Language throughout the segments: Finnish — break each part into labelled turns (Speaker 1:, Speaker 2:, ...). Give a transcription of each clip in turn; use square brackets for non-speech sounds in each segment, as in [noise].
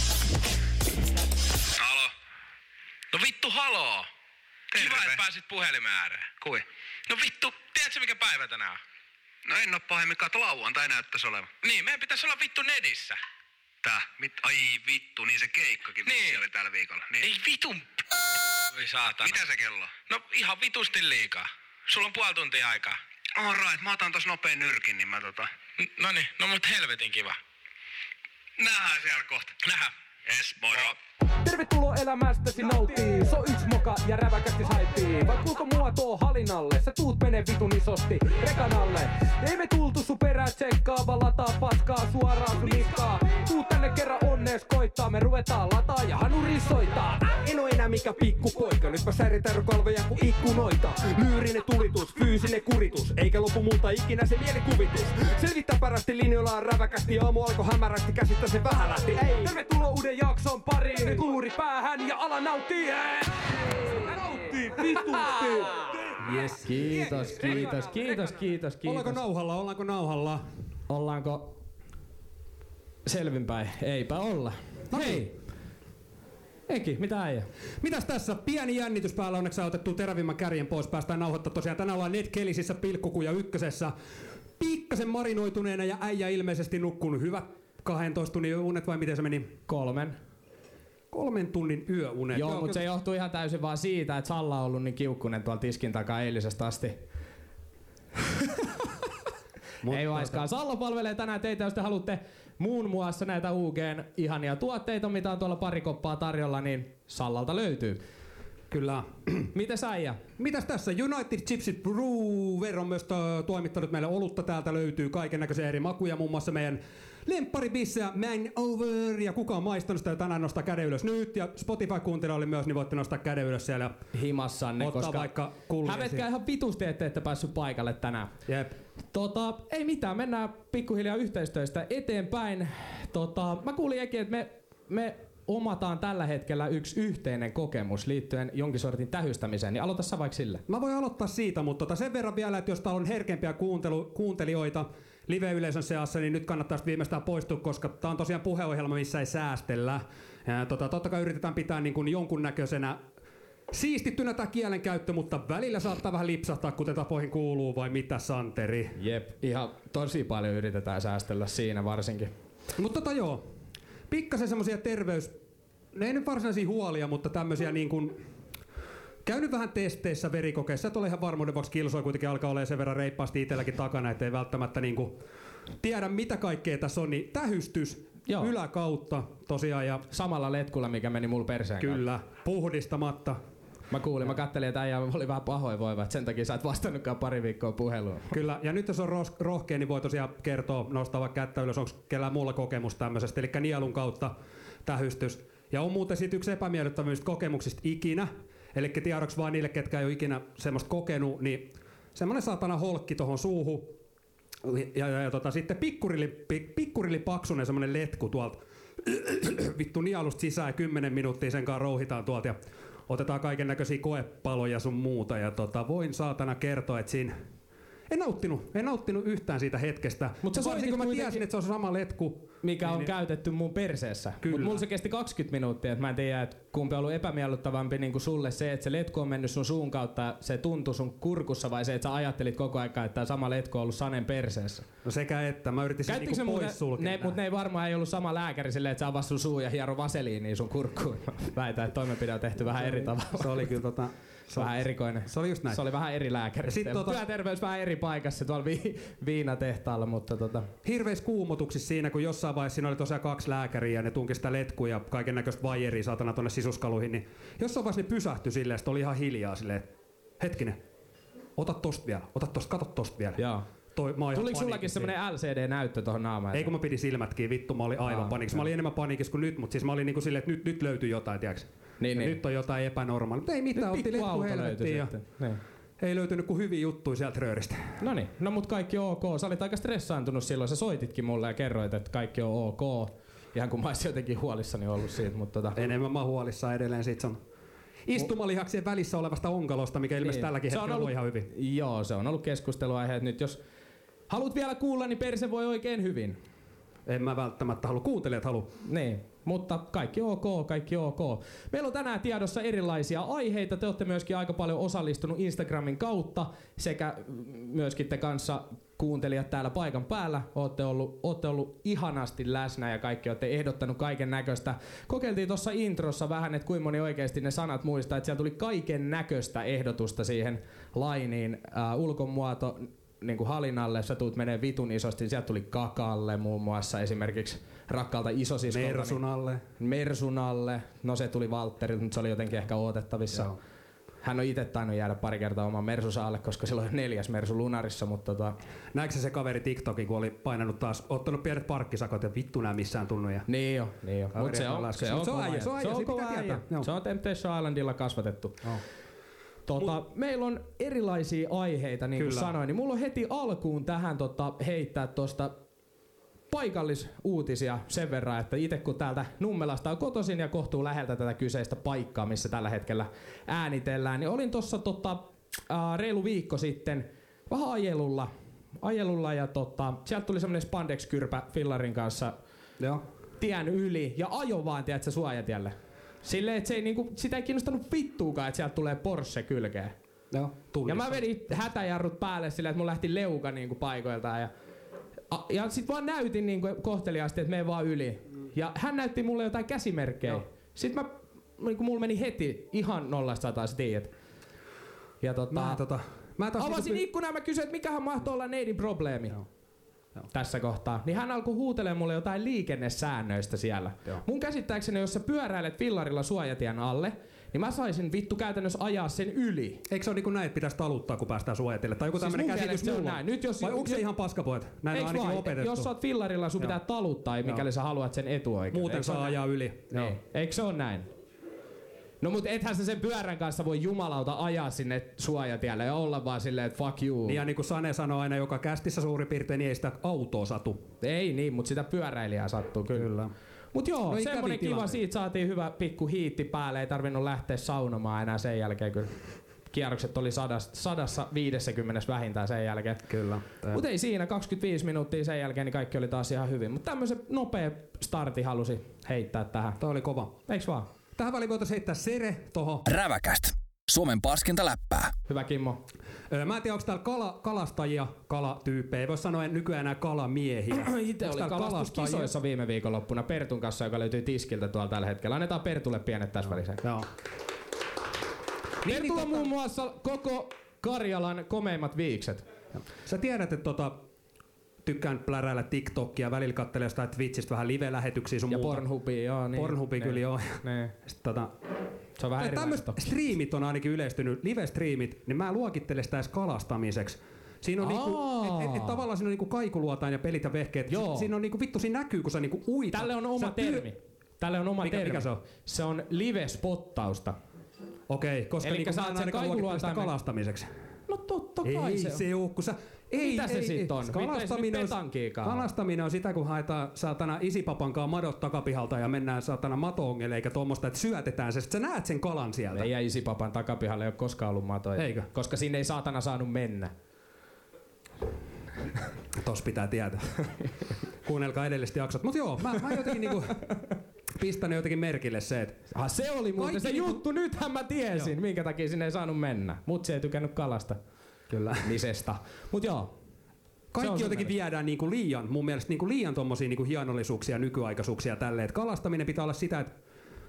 Speaker 1: Terve.
Speaker 2: No Kiva, että pääsit puhelimen ääreen.
Speaker 1: Kui?
Speaker 2: No vittu, tiedätkö mikä päivä tänään on?
Speaker 1: No en oo pahemmin kautta lauantai näyttäis olevan.
Speaker 2: Niin, meidän pitäisi olla vittu nedissä.
Speaker 1: Tää? Mit? Ai vittu, niin se keikkakin
Speaker 2: Niin.
Speaker 1: niin. oli tällä viikolla. Niin.
Speaker 2: Ei vitun p... Voi saatana.
Speaker 1: Mitä se kello on?
Speaker 2: No ihan vitusti liikaa. Sulla on puoli tuntia aikaa.
Speaker 1: All right, mä otan tos nopeen nyrkin, niin mä tota...
Speaker 2: N- No niin, no mut helvetin kiva.
Speaker 1: Nähdään siellä kohta.
Speaker 2: Nähdään.
Speaker 1: Es, moro.
Speaker 3: Tervetuloa elämästäsi nauttii. Se on yksi moka ja räväkästi haittii. Vai kuinka mua tuo halinalle? Sä tuut mene vitun isosti rekanalle. Ei me tultu sun perää tsekkaa, vaan lataa paskaa suoraan sun niskaa. Tuu tänne kerran onnees koittaa, me ruvetaan lataa ja hanuri soittaa. En oo enää mikä pikku poika, nyt mä säritän kalveja kuin ikkunoita. Myyrinen tulitus, fyysinen kuritus, eikä lopu multa ikinä se mielikuvitus. Selvittää parasti linjoilla on räväkästi, aamu alkoi hämärästi, käsistä se vähän lähti. Ei. Tervetuloa uuden jakson pariin, nyt luuri päähän ja ala nauttii. hei! Nauttii vitusti.
Speaker 4: Yes, kiitos, kiitos, kiitos, kiitos, kiitos.
Speaker 5: Ollaanko nauhalla, ollaanko nauhalla?
Speaker 4: Ollaanko selvinpäin? Eipä olla.
Speaker 5: No niin.
Speaker 4: Eki, mitä äijä?
Speaker 5: Mitäs tässä? Pieni jännitys päällä onneksi otettu terävimmän kärjen pois. Päästään nauhoittaa tosiaan. Tänään ollaan Netkelisissä pilkkukuja ykkösessä. Pikkasen marinoituneena ja äijä ilmeisesti nukkunut. Hyvä 12 tunnin yöunet vai miten se meni?
Speaker 4: Kolmen.
Speaker 5: Kolmen tunnin yöunet.
Speaker 4: Joo, mutta se johtuu ihan täysin vaan siitä, että Salla on ollut niin kiukkunen tuolla tiskin takaa eilisestä asti. [laughs] Ei vaiskaan. Salla palvelee tänään teitä, jos te haluatte muun muassa näitä UGn ihania tuotteita, mitä on tuolla pari koppaa tarjolla, niin Sallalta löytyy.
Speaker 5: Kyllä.
Speaker 4: Miten äijä?
Speaker 5: Mitäs tässä? United Chipsit Brewer on myös to- toimittanut meille olutta. Täältä löytyy kaiken näköisiä eri makuja, muun muassa meidän lempparibissejä Man Over. Ja kuka on maistanut sitä tänään, nostaa käden ylös nyt. Ja Spotify-kuuntelija oli myös, niin voitte nostaa käden ylös siellä.
Speaker 4: himassanne,
Speaker 5: Ottaa
Speaker 4: koska
Speaker 5: vaikka kuljesi.
Speaker 4: hävetkää ihan vitusti, että ette päässyt paikalle tänään.
Speaker 5: Jep.
Speaker 4: Tota, ei mitään, mennään pikkuhiljaa yhteistyöstä eteenpäin. Tota, mä kuulin Eki, että me, me omataan tällä hetkellä yksi yhteinen kokemus liittyen jonkin sortin tähystämiseen, niin aloita sä vaikka sillä.
Speaker 5: Mä voin aloittaa siitä, mutta tota sen verran vielä, että jos täällä on herkempiä kuuntelu, kuuntelijoita live-yleisön seassa, niin nyt kannattaa sit viimeistään poistua, koska tämä on tosiaan puheohjelma, missä ei säästellä. Ää, tota, totta kai yritetään pitää niin kuin jonkunnäköisenä siistittynä tämä kielenkäyttö, mutta välillä saattaa vähän lipsahtaa, kuten tapoihin kuuluu, vai mitä Santeri?
Speaker 4: Jep, ihan tosi paljon yritetään säästellä siinä varsinkin.
Speaker 5: Mutta tota joo, pikkasen semmoisia terveys, ne ei nyt varsinaisia huolia, mutta tämmöisiä niin kuin, käynyt vähän testeissä, verikokeissa, et ole ihan varmuuden vuoksi kilsoja kuitenkin alkaa olemaan sen verran reippaasti itselläkin takana, ettei välttämättä niin kuin tiedä mitä kaikkea tässä on, niin tähystys
Speaker 4: Joo.
Speaker 5: joo. yläkautta tosiaan ja
Speaker 4: Samalla letkulla, mikä meni mulla perseen kautta.
Speaker 5: kyllä, puhdistamatta.
Speaker 4: Mä kuulin, mä kattelin, että äijä oli vähän pahoinvoiva, että sen takia sä et vastannutkaan pari viikkoa puheluun.
Speaker 5: Kyllä, ja nyt jos on ros- rohkea, niin voi tosiaan kertoa, nostaa vaikka kättä ylös, onko kellään muulla kokemus tämmöisestä, eli nielun kautta tähystys. Ja on muuten sitten yksi epämiellyttävimmistä kokemuksista ikinä, eli tiedoksi vaan niille, ketkä ei ole ikinä semmoista kokenut, niin semmoinen saatana holkki tuohon suuhun, ja, ja, ja tota, sitten pikkurili, pik, pikkurili paksunen semmonen letku tuolta vittu nielusta sisään ja 10 minuuttia sen kanssa rouhitaan tuolta ja otetaan kaiken näköisiä koepaloja sun muuta ja tota, voin saatana kertoa, että siinä en nauttinut, en nauttinut yhtään siitä hetkestä.
Speaker 4: Mut sä
Speaker 5: Mutta varsinkin
Speaker 4: soitit
Speaker 5: kun mä
Speaker 4: kuitenkin-
Speaker 5: tiesin, että se on se sama letku.
Speaker 4: mikä
Speaker 5: niin,
Speaker 4: on
Speaker 5: niin-
Speaker 4: käytetty mun perseessä.
Speaker 5: Kyllä.
Speaker 4: Mutta mulla se kesti 20 minuuttia, että mä en tiedä, että kumpi on ollut epämiellyttävämpi niin kuin sulle se, että se letku on mennyt sun suun kautta, ja se tuntui sun kurkussa vai se, että sä ajattelit koko aikaa, että tämä sama letku on ollut Sanen perseessä.
Speaker 5: No sekä että, mä yritin sen
Speaker 4: Käyttikö se
Speaker 5: niinku
Speaker 4: muuten,
Speaker 5: pois sulkea.
Speaker 4: ne, mut ne ei varmaan ei ollut sama lääkäri silleen, että sä avasi sun suu ja hiero vaseliiniin sun kurkkuun. [laughs] Mä Väitän, että toimenpide on tehty vähän eri tavalla.
Speaker 5: Se oli kyllä tota... se-
Speaker 4: Vähän erikoinen.
Speaker 5: Se oli just näin.
Speaker 4: Se oli vähän eri lääkäri.
Speaker 5: Ja sit
Speaker 4: Sitten tota...
Speaker 5: tota-
Speaker 4: Työterveys vähän eri paikassa tuolla vi- viinatehtaalla, mutta tota...
Speaker 5: hirveissä kuumotuksissa siinä, kun jossain vaiheessa siinä oli tosiaan kaksi lääkäriä ja ne tunki sitä letkuja ja kaiken näköistä vajeria saatana tonne sisuskaluihin, niin jossain vaiheessa ne pysähtyi silleen, että oli ihan hiljaa silleen, että hetkinen, ota tosta vielä, ota tosta, kato tosta vielä.
Speaker 4: Joo.
Speaker 5: Toi, mä oon ihan
Speaker 4: Tuliko sullakin
Speaker 5: paniikissa.
Speaker 4: semmonen LCD-näyttö tuohon naamaan?
Speaker 5: Ei kun mä pidin silmätkin, vittu mä olin aivan
Speaker 4: Aa,
Speaker 5: paniikissa. Mä olin enemmän paniikissa kuin nyt, mutta siis mä olin niinku silleen, että nyt, nyt löytyy jotain, tiiäks.
Speaker 4: Niin,
Speaker 5: Ja
Speaker 4: niin.
Speaker 5: Nyt on jotain epänormaalia, mutta ei mitään, otti letku helvettiin ja
Speaker 4: Niin.
Speaker 5: ei löytynyt kuin hyviä juttuja sieltä rööristä.
Speaker 4: No niin, no mut kaikki on ok. Sä olit aika stressaantunut silloin, sä soititkin mulle ja kerroit, että kaikki on ok. Ihan kun mä olisin jotenkin huolissani ollut siitä, mutta tota...
Speaker 5: Enemmän mä huolissaan edelleen sit sun istumalihaksien välissä olevasta onkalosta, mikä ilmeisesti
Speaker 4: Niin.
Speaker 5: tälläkin
Speaker 4: Se on
Speaker 5: hetkellä
Speaker 4: ollut-
Speaker 5: voi ihan hyvin.
Speaker 4: Joo, se on ollut keskusteluaihe, että nyt jos haluat vielä kuulla, niin perse voi oikein hyvin.
Speaker 5: En mä välttämättä halua, kuuntelijat halua.
Speaker 4: Niin. Mutta kaikki ok, kaikki ok. Meillä on tänään tiedossa erilaisia aiheita. Te olette myöskin aika paljon osallistunut Instagramin kautta sekä mm, myöskin te kanssa kuuntelijat täällä paikan päällä. Olette ollut, olette ollut ihanasti läsnä ja kaikki olette ehdottanut kaiken näköistä. Kokeiltiin tuossa introssa vähän, että kuinka moni oikeasti ne sanat muistaa, että siellä tuli kaiken näköistä ehdotusta siihen lainiin. Äh, ulkomuoto niin kuin halinalle, sä tuut menee vitun isosti, sieltä tuli kakalle muun muassa esimerkiksi rakkaalta isosiskolta. niin-
Speaker 5: Mersun alle.
Speaker 4: Mersun alle. No se tuli Valtterilta, mutta se oli jotenkin ehkä odotettavissa.
Speaker 5: Joo.
Speaker 4: Hän on itse tainnut jäädä pari kertaa oman Mersunsa alle, koska sillä on neljäs Mersu Lunarissa, mutta tota,
Speaker 5: Näikö se, se kaveri TikTokin, kun oli painanut taas, ottanut pienet parkkisakot ja vittu nää missään tunnu. Ja...
Speaker 4: niin jo, niin jo.
Speaker 5: Kaveri
Speaker 4: Mut se
Speaker 5: on
Speaker 4: on,
Speaker 5: laskenut.
Speaker 4: se on,
Speaker 5: Mut se
Speaker 4: kova
Speaker 5: on äijä,
Speaker 4: äijä.
Speaker 5: se on äijä,
Speaker 4: se on
Speaker 5: siitä
Speaker 4: kova
Speaker 5: pitää
Speaker 4: äijä.
Speaker 5: tietää. Joo.
Speaker 4: Se on Temptation Islandilla kasvatettu.
Speaker 5: Joo.
Speaker 4: Tota, meillä on erilaisia aiheita, niin kuin
Speaker 5: Kyllä.
Speaker 4: sanoin, niin mulla on heti alkuun tähän tota, heittää tuosta paikallisuutisia sen verran, että itse kun täältä Nummelasta on kotoisin ja kohtuu läheltä tätä kyseistä paikkaa, missä tällä hetkellä äänitellään, niin olin tuossa tota, äh, reilu viikko sitten vähän ajelulla, ajelulla ja tota, sieltä tuli semmoinen spandex-kyrpä fillarin kanssa
Speaker 5: Joo.
Speaker 4: tien yli ja ajo vaan, tiedätkö, suojatielle. Silleen, että se ei, niinku, sitä ei kiinnostanut vittuukaan, että sieltä tulee Porsche kylkeen.
Speaker 5: Joo.
Speaker 4: Ja
Speaker 5: Tunnissa.
Speaker 4: mä vedin hätäjarrut päälle silleen, että mun lähti leuka niinku paikoiltaan. Ja, a, ja sit vaan näytin niinku kohteliaasti, että mene vaan yli. Ja hän näytti mulle jotain käsimerkkejä.
Speaker 5: Joo.
Speaker 4: Sitten mä, niinku mulla meni heti ihan nollasta sataan, sä tiedät. Ja tota,
Speaker 5: Mä, tota, mä taas
Speaker 4: avasin niin-
Speaker 5: niinku-
Speaker 4: ikkunan ja mä kysyin, että mikähän mahtoi olla neidin probleemi
Speaker 5: Joo. Joo.
Speaker 4: tässä kohtaa. Niin hän alkoi huutelemaan mulle jotain liikennesäännöistä siellä.
Speaker 5: Joo.
Speaker 4: Mun käsittääkseni, jos sä pyöräilet villarilla suojatien alle, niin mä saisin vittu käytännössä ajaa sen yli.
Speaker 5: Eikö se ole niinku näin, että pitäisi taluttaa, kun päästään suojatille? Tai joku
Speaker 4: Siis
Speaker 5: tämmöinen
Speaker 4: mun
Speaker 5: käsitys
Speaker 4: mielestä se on
Speaker 5: mulla
Speaker 4: näin. Nyt jos-
Speaker 5: Vai onko se
Speaker 4: jos-
Speaker 5: ihan paskapoet? Näin on
Speaker 4: Eiks
Speaker 5: ainakin
Speaker 4: vaan?
Speaker 5: opetettu.
Speaker 4: Jos sä oot villarilla, sun
Speaker 5: Joo.
Speaker 4: pitää taluttaa, mikäli
Speaker 5: Joo.
Speaker 4: sä haluat sen etuoikeuden.
Speaker 5: Muuten
Speaker 4: Eiks se oo
Speaker 5: saa
Speaker 4: näin?
Speaker 5: ajaa yli. Joo.
Speaker 4: Niin. Eikö se ole näin? No mut ethän sä sen pyörän kanssa voi jumalauta ajaa sinne suojatielle ja olla vaan silleen, että fuck you.
Speaker 5: Niin ja niin kuin Sane sanoi aina, joka kästissä suurin piirtein, niin ei sitä autoa satu.
Speaker 4: Ei niin, mut sitä pyöräilijää sattuu kyllä. Mut joo,
Speaker 5: No
Speaker 4: no,
Speaker 5: ei
Speaker 4: semmonen
Speaker 5: kävi
Speaker 4: kiva,
Speaker 5: tilanne.
Speaker 4: siitä saatiin hyvä pikku hiitti päälle, ei tarvinnut lähteä saunomaan enää sen jälkeen, kun kierrokset oli sadassa, sadassa 50 vähintään sen jälkeen.
Speaker 5: Kyllä.
Speaker 4: Mutta ei siinä, 25 minuuttia sen jälkeen, niin kaikki oli taas ihan hyvin. Mutta tämmöisen nopea starti halusi heittää tähän.
Speaker 5: Tämä oli kova.
Speaker 4: Eiks vaan?
Speaker 5: Tähän väliin voitaisiin heittää Sere toho.
Speaker 6: Räväkäst. Suomen paskinta läppää.
Speaker 4: Hyvä Kimmo.
Speaker 5: Öö, Mä en tiedä, onko täällä kala, kalastajia, kalatyyppejä. Ei voi sanoa en- nykyään enää [clears throat]
Speaker 4: [clears throat]
Speaker 5: kalamiehiä.
Speaker 4: Itse
Speaker 5: Onks
Speaker 4: oli
Speaker 5: täällä
Speaker 4: kalastuskisoissa viime viikonloppuna Pertun kanssa, joka löytyy tiskiltä tuolla tällä hetkellä. Annetaan Pertulle pienet tässä välissä.
Speaker 5: Joo.
Speaker 4: Pertulla on muun muassa koko Karjalan komeimmat viikset.
Speaker 5: Sä tiedät, että tota, tykkään pläräillä TikTokia, välillä kattelee jostain Twitchistä vähän live-lähetyksiä sun
Speaker 4: Ja
Speaker 5: muuta.
Speaker 4: Pornhubi, joo. Niin,
Speaker 5: Pornhubi
Speaker 4: niin,
Speaker 5: kyllä joo.
Speaker 4: Niin.
Speaker 5: Sitten tota,
Speaker 4: Se on vähän
Speaker 5: tai
Speaker 4: erilainen
Speaker 5: tämmöiset
Speaker 4: toki.
Speaker 5: striimit on ainakin yleistynyt, live-striimit, niin mä luokittelen sitä edes kalastamiseksi. Siinä on, niinku,
Speaker 4: Aa.
Speaker 5: et, et, et, tavallaan siinä on niinku kaikuluotain ja pelit ja vehkeet.
Speaker 4: Joo.
Speaker 5: Si- Siinä on niinku, vittu, siinä näkyy, kun sä niinku uit.
Speaker 4: Tälle on oma
Speaker 5: sä
Speaker 4: termi. Tälle on oma
Speaker 5: Mikä-
Speaker 4: termi.
Speaker 5: mikä se on?
Speaker 4: Se on live-spottausta.
Speaker 5: Okei, koska
Speaker 4: Elikkä
Speaker 5: niinku,
Speaker 4: sä
Speaker 5: mä
Speaker 4: oot
Speaker 5: en
Speaker 4: sen
Speaker 5: ainakaan luokittele sitä
Speaker 4: kaikuluotaimen-
Speaker 5: kalastamiseksi.
Speaker 4: No totta kai
Speaker 5: Ei
Speaker 4: se, on.
Speaker 5: se oo, kun sä... Ei,
Speaker 4: Mitä se
Speaker 5: ei,
Speaker 4: sit
Speaker 5: ei.
Speaker 4: on? Pitäis nyt
Speaker 5: Kalastaminen on,
Speaker 4: petankiikaa olla.
Speaker 5: kalastaminen on sitä, kun haetaan saatana isipapankaan madot takapihalta ja mennään saatana matoongelle, eikä tuommoista, että syötetään se. Sit sä näet sen kalan sieltä.
Speaker 4: Ei jää isipapan takapihalle, ei ole koskaan ollut matoja.
Speaker 5: Eikö?
Speaker 4: Koska sinne ei saatana saanut mennä.
Speaker 5: Tos pitää
Speaker 4: [laughs]
Speaker 5: tietää. Kuunnelkaa edelliset jaksot. Mut joo, mä, mä jotenkin
Speaker 4: [laughs]
Speaker 5: niinku pistänyt jotenkin merkille se, että
Speaker 4: Ah, se oli muuten
Speaker 5: Kaikki
Speaker 4: se
Speaker 5: niinku-
Speaker 4: juttu, nythän mä tiesin, joo. minkä takia sinne ei saanut mennä. Mut se ei tykännyt kalasta.
Speaker 5: Kyllä.
Speaker 4: Misesta. Mut joo. Se on
Speaker 5: kaikki
Speaker 4: sun
Speaker 5: jotenkin
Speaker 4: mielestä.
Speaker 5: viedään niinku liian, mun mielestä niinku liian tommosia niinku hienollisuuksia, nykyaikaisuuksia tälleen. Et kalastaminen pitää olla sitä, että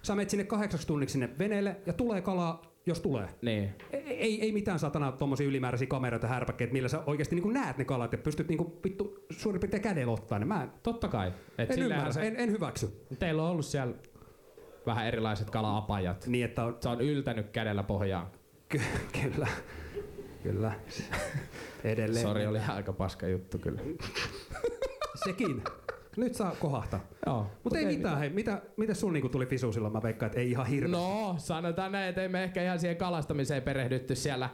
Speaker 5: sä menet sinne kahdeksaksi tunniksi sinne veneelle ja tulee kalaa, jos tulee.
Speaker 4: Niin.
Speaker 5: Ei- Ei, ei mitään satana tommosia ylimääräisiä kameroita härpäkkeitä, millä sä oikeasti niinku näet ne kalat ja pystyt niinku vittu suurin piirtein kädellä ottaa ne. Mä en,
Speaker 4: Totta kai. Et
Speaker 5: en
Speaker 4: sillehän
Speaker 5: ymmärrä,
Speaker 4: se,
Speaker 5: se... en, en, hyväksy.
Speaker 4: Teillä on ollut siellä vähän erilaiset kalaapajat.
Speaker 5: Niin, että on, [laughs]
Speaker 4: Se on yltänyt kädellä pohjaan.
Speaker 5: ky- kyllä, kyllä. Edelleen.
Speaker 4: Sori, oli aika paska juttu kyllä.
Speaker 5: Sekin. Nyt saa kohahtaa.
Speaker 4: Joo.
Speaker 5: Mutta ei, mitään, hei, mitä, mitä sun niinku tuli fisu silloin? Mä veikkaan, että ei ihan hirveä.
Speaker 4: No, sanotaan näin, että ei me ehkä ihan siihen kalastamiseen perehdytty siellä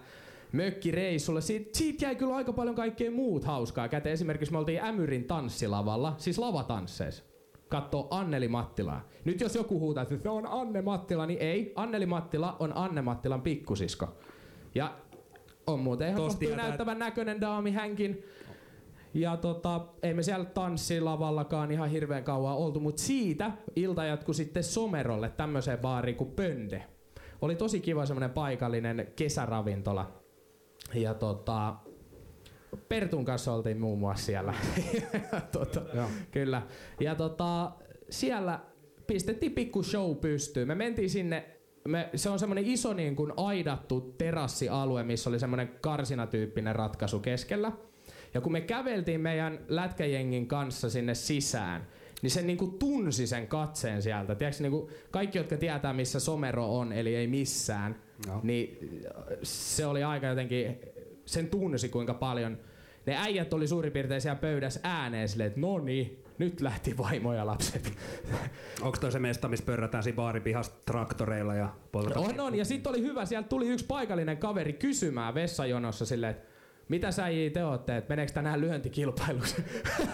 Speaker 4: mökkireissulla. Siit, siitä jäi kyllä aika paljon kaikkea muut hauskaa käteen. Esimerkiksi me oltiin Ämyrin tanssilavalla, siis lavatansseissa. Kattoo Anneli Mattilaa. Nyt jos joku huutaa, että se on Anne Mattila, niin ei. Anneli Mattila on Anne Mattilan pikkusisko. Ja on muuten ihan
Speaker 5: Tos
Speaker 4: kohtuu
Speaker 5: tietää,
Speaker 4: näyttävän näköinen daami hänkin. Ja tota, ei me siellä tanssilavallakaan ihan hirveän kauan oltu, mutta siitä ilta jatkui sitten Somerolle tämmöiseen baariin kuin Pönde. Oli tosi kiva semmoinen paikallinen kesäravintola. Ja tota, Pertun kanssa oltiin muun muassa siellä. [laughs] Ja tota, kyllä. Ja tota, siellä pistettiin pikku show pystyyn. Me mentiin sinne, me, se on semmoinen iso niin kuin aidattu terassialue, missä oli semmoinen karsinatyyppinen ratkaisu keskellä. Ja kun me käveltiin meidän lätkäjengin kanssa sinne sisään, niin se niinku tunsi sen katseen sieltä. Tiedätkö, niinku kaikki, jotka tietää, missä somero on, eli ei missään, no. niin se oli aika jotenkin sen tunsi, kuinka paljon ne äijät oli suurin piirtein siellä pöydässä ääneen silleen, että no niin, nyt lähti vaimo ja lapset.
Speaker 5: Onko toi se mesta, missä pörrätään siinä baarin pihassa traktoreilla ja poltetaan?
Speaker 4: on, on. No, niin, Ja sitten oli hyvä, sieltä tuli yksi paikallinen kaveri kysymään vessajonossa silleen, että mitä sä J. te ootte, että meneekö tänään lyöntikilpailuksi?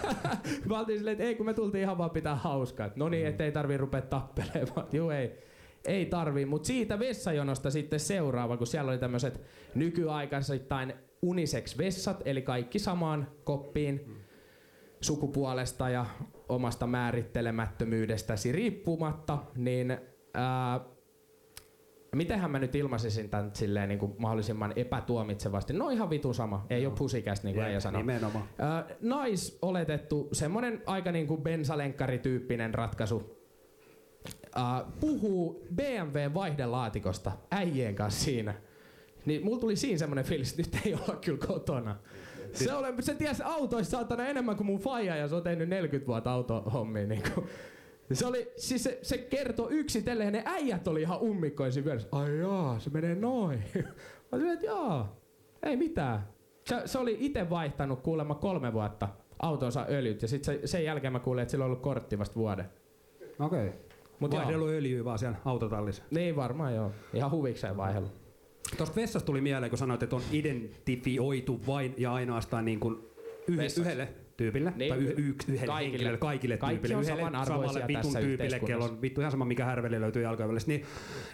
Speaker 4: [laughs] Mä oltiin silleen, että ei kun me tultiin ihan vaan pitää hauskaa. No niin, ettei tarvii rupea tappelemaan. [laughs] Juu ei. Ei tarvii, mutta siitä vessajonosta sitten seuraava, kun siellä oli tämmöiset nykyaikaisittain unisex vessat, eli kaikki samaan koppiin sukupuolesta ja omasta määrittelemättömyydestäsi riippumatta, niin ää, mitenhän mä nyt ilmaisisin tämän nyt silleen niin kuin mahdollisimman epätuomitsevasti? No ihan vitun sama, ei ole pusikästä niin kuin ei sano.
Speaker 5: nimenomaan.
Speaker 4: Ö, nais oletettu, semmonen aika niin kuin bensalenkkarityyppinen ratkaisu. Ö, äh, puhuu BMWn vaihdelaatikosta äijien kanssa siinä. Niin mulla tuli siinä semmonen fiilis, että nyt ei olla kyllä kotona. Se, ole, se ties autoista saatana enemmän kuin mun faija ja se on tehnyt 40 vuotta autohommia. Niin kuin. Se, oli, siis se, se kertoi yksitellen ja ne äijät oli ihan ummikkoisin vieressä. Ai jaa, se menee noin. [laughs] Mä olin, että jaa, ei mitään. Se, se oli itse vaihtanut kuulemma kolme vuotta autonsa öljyt ja sitten se, sen jälkeen mä kuulin, että sillä on ollut kortti vasta vuoden.
Speaker 5: Okei. Okay.
Speaker 4: Mut
Speaker 5: Mutta
Speaker 4: joo.
Speaker 5: vaihdellut öljyä vaan siellä autotallissa.
Speaker 4: Niin varmaan joo. Ihan huvikseen vaihdellut.
Speaker 5: Tuosta vessasta tuli mieleen, kun sanoit, että on identifioitu vain ja ainoastaan niin kuin yhe,
Speaker 4: Vessassa.
Speaker 5: yhdelle tyypille,
Speaker 4: Niin,
Speaker 5: tai yh, yh, yhdelle
Speaker 4: kaikille.
Speaker 5: kaikille. henkilölle, kaikille
Speaker 4: Kaikki
Speaker 5: tyypille,
Speaker 4: on
Speaker 5: yhdelle
Speaker 4: samanarvoisia
Speaker 5: samalle vitun
Speaker 4: tässä
Speaker 5: tyypille, kello on
Speaker 4: yhteiskunnassa.
Speaker 5: vittu ihan sama, mikä härveli löytyy jalkojen välissä. Niin,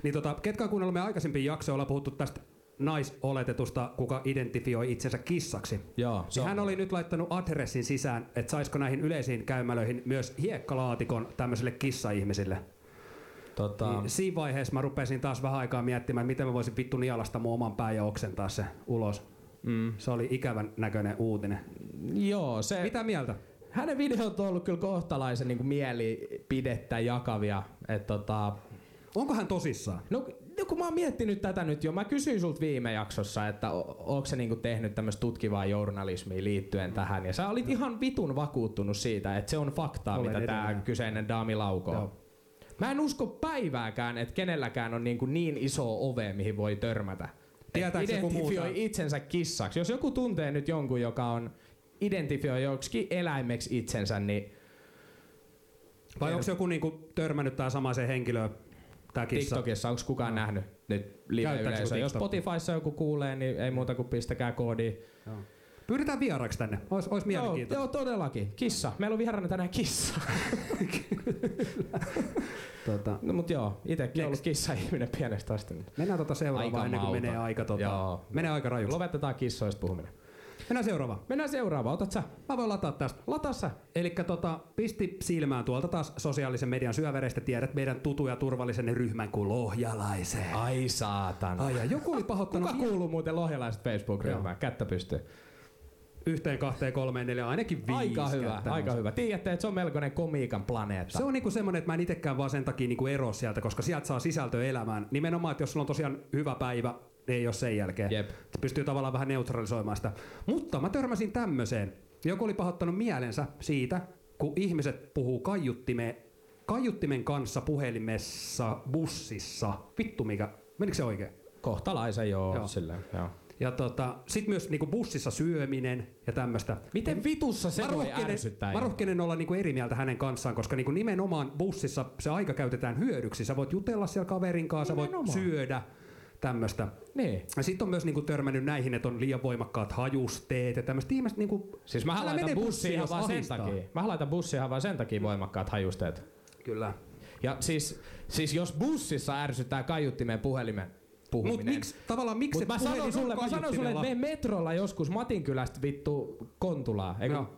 Speaker 5: niin tota, ketkä on kuunnellut meidän aikaisempia jaksoja, ollaan puhuttu tästä naisoletetusta, kuka identifioi itsensä kissaksi.
Speaker 4: Joo,
Speaker 5: Niin hän oli nyt laittanut adressin sisään, että saisiko näihin yleisiin käymälöihin myös hiekkalaatikon tämmöisille kissaihmisille.
Speaker 4: tota,
Speaker 5: Niin Siinä vaiheessa mä rupesin taas vähän aikaa miettimään, miten mä voisin vittu nialasta mun oman pää ja oksentaa se ulos. Mm. Se oli ikävän näköinen uutinen.
Speaker 4: joo, se...
Speaker 5: Mitä mieltä?
Speaker 4: Hänen videot on ollut kyllä kohtalaisen niin mielipidettä jakavia. Et tota,
Speaker 5: Onko hän tosissaan?
Speaker 4: no, no kun mä oon miettinyt tätä nyt jo, mä kysyin sulta viime jaksossa, että o- onko se niinku tehnyt tämmöistä tutkivaa journalismia liittyen tähän. Ja sä olit ihan vitun vakuuttunut siitä, että se on faktaa,
Speaker 5: No. Olen
Speaker 4: mitä tämä
Speaker 5: edelleen.
Speaker 4: kyseinen daami laukoo.
Speaker 5: Joo.
Speaker 4: Mä en usko päivääkään, että kenelläkään on niinku niin iso ove, mihin voi törmätä. Et
Speaker 5: Tietääks joku
Speaker 4: identifioi
Speaker 5: muuta?
Speaker 4: itsensä kissaksi. Jos joku tuntee nyt jonkun, joka on identifioi joksikin eläimeksi itsensä, niin
Speaker 5: Vai onko joku niinku törmännyt tää samaiseen henkilöön? Tää kissa.
Speaker 4: TikTokissa, onko kukaan no. nähnyt nyt live
Speaker 5: Käyttääks
Speaker 4: yleisö?
Speaker 5: joku
Speaker 4: Jos
Speaker 5: TikTokia?
Speaker 4: Spotifyssa joku kuulee, niin ei muuta kuin pistäkää koodi.
Speaker 5: Pyydetään vieraksi tänne. Ois, ois
Speaker 4: Joo,
Speaker 5: mielenkiintoista.
Speaker 4: joo, todellakin. Kissa. Meillä on vieraana tänään [laughs] kissa.
Speaker 5: Tota,
Speaker 4: No mut joo, itekin
Speaker 5: Next.
Speaker 4: ollut kissa-ihminen pienestä asti. niin
Speaker 5: mennään tota
Speaker 4: Aika
Speaker 5: seuraavaan ennen kuin
Speaker 4: mauta.
Speaker 5: menee aika, tota,
Speaker 4: Joo.
Speaker 5: menee aika rajuksi.
Speaker 4: Lopetetaan kissoista puhuminen.
Speaker 5: Mennään seuraavaan.
Speaker 4: Mennään seuraavaan. Otat sä?
Speaker 5: Mä voin lataa tästä. Lataa sä. Elikkä tota, pisti silmään tuolta taas sosiaalisen median syövereistä tiedät meidän tutu ja turvallisen ryhmän kuin lohjalaisen.
Speaker 4: Ai saatana.
Speaker 5: Ai ja joku oli pahoittanut
Speaker 4: Kuka kuuluu muuten lohjalaiset Facebook-ryhmään? Kättä pystyy.
Speaker 5: yhteen, kahteen, kolmeen, neljään, ainakin viisi.
Speaker 4: Aika hyvä,
Speaker 5: kättä.
Speaker 4: aika hyvä. Tiedätte, että se on melkoinen komiikan planeetta.
Speaker 5: Se on niinku semmonen, että mä en itekään vaan sen takia niinku ero sieltä, koska sieltä saa sisältöä elämään. Nimenomaan, että jos sulla on tosiaan hyvä päivä, niin ei ole sen jälkeen.
Speaker 4: Jep.
Speaker 5: Se pystyy tavallaan vähän neutralisoimaan sitä. Mutta mä törmäsin tämmöiseen. Joku oli pahoittanut mielensä siitä, kun ihmiset puhuu kaiuttimeen, kaiuttimen kanssa puhelimessa bussissa. Vittu mikä, menikö se oikein?
Speaker 4: Kohtalaisen joo. joo.
Speaker 5: Joo.
Speaker 4: Silleen, joo.
Speaker 5: Ja tota, sit myös niinku bussissa syöminen ja tämmöistä.
Speaker 4: Miten vitussa se
Speaker 5: Mä
Speaker 4: voi
Speaker 5: rohkenen,
Speaker 4: ärsyttää?
Speaker 5: mä
Speaker 4: jotain?
Speaker 5: rohkenen olla niinku eri mieltä hänen kanssaan, koska niinku nimenomaan bussissa se aika käytetään hyödyksi. Sä voit jutella siellä kaverin kanssa, sä voit
Speaker 4: Nimenomaan.
Speaker 5: syödä tämmöistä.
Speaker 4: Niin.
Speaker 5: Ja sitten on myös niinku törmännyt näihin, että on liian voimakkaat hajusteet ja tämmöistä. Ihmiset niinku...
Speaker 4: Siis mä
Speaker 5: Älä
Speaker 4: laitan
Speaker 5: mene
Speaker 4: bussiin ihan
Speaker 5: jos
Speaker 4: vaan sen
Speaker 5: ahistaa.
Speaker 4: takia. Mä laitan bussiin ihan vaan sen takia voimakkaat hajusteet.
Speaker 5: Kyllä.
Speaker 4: Ja siis, siis jos bussissa ärsyttää kaiuttimen puhelimen puhuminen.
Speaker 5: Mutta miksi, tavallaan miksi
Speaker 4: Mut
Speaker 5: se
Speaker 4: mä
Speaker 5: puhelin
Speaker 4: sanon
Speaker 5: on
Speaker 4: sulle, mä sanon sulle,
Speaker 5: kaiuttimella?
Speaker 4: että menen metrolla joskus Matinkylästä vittu Kontulaa. Eikö,
Speaker 5: Joo.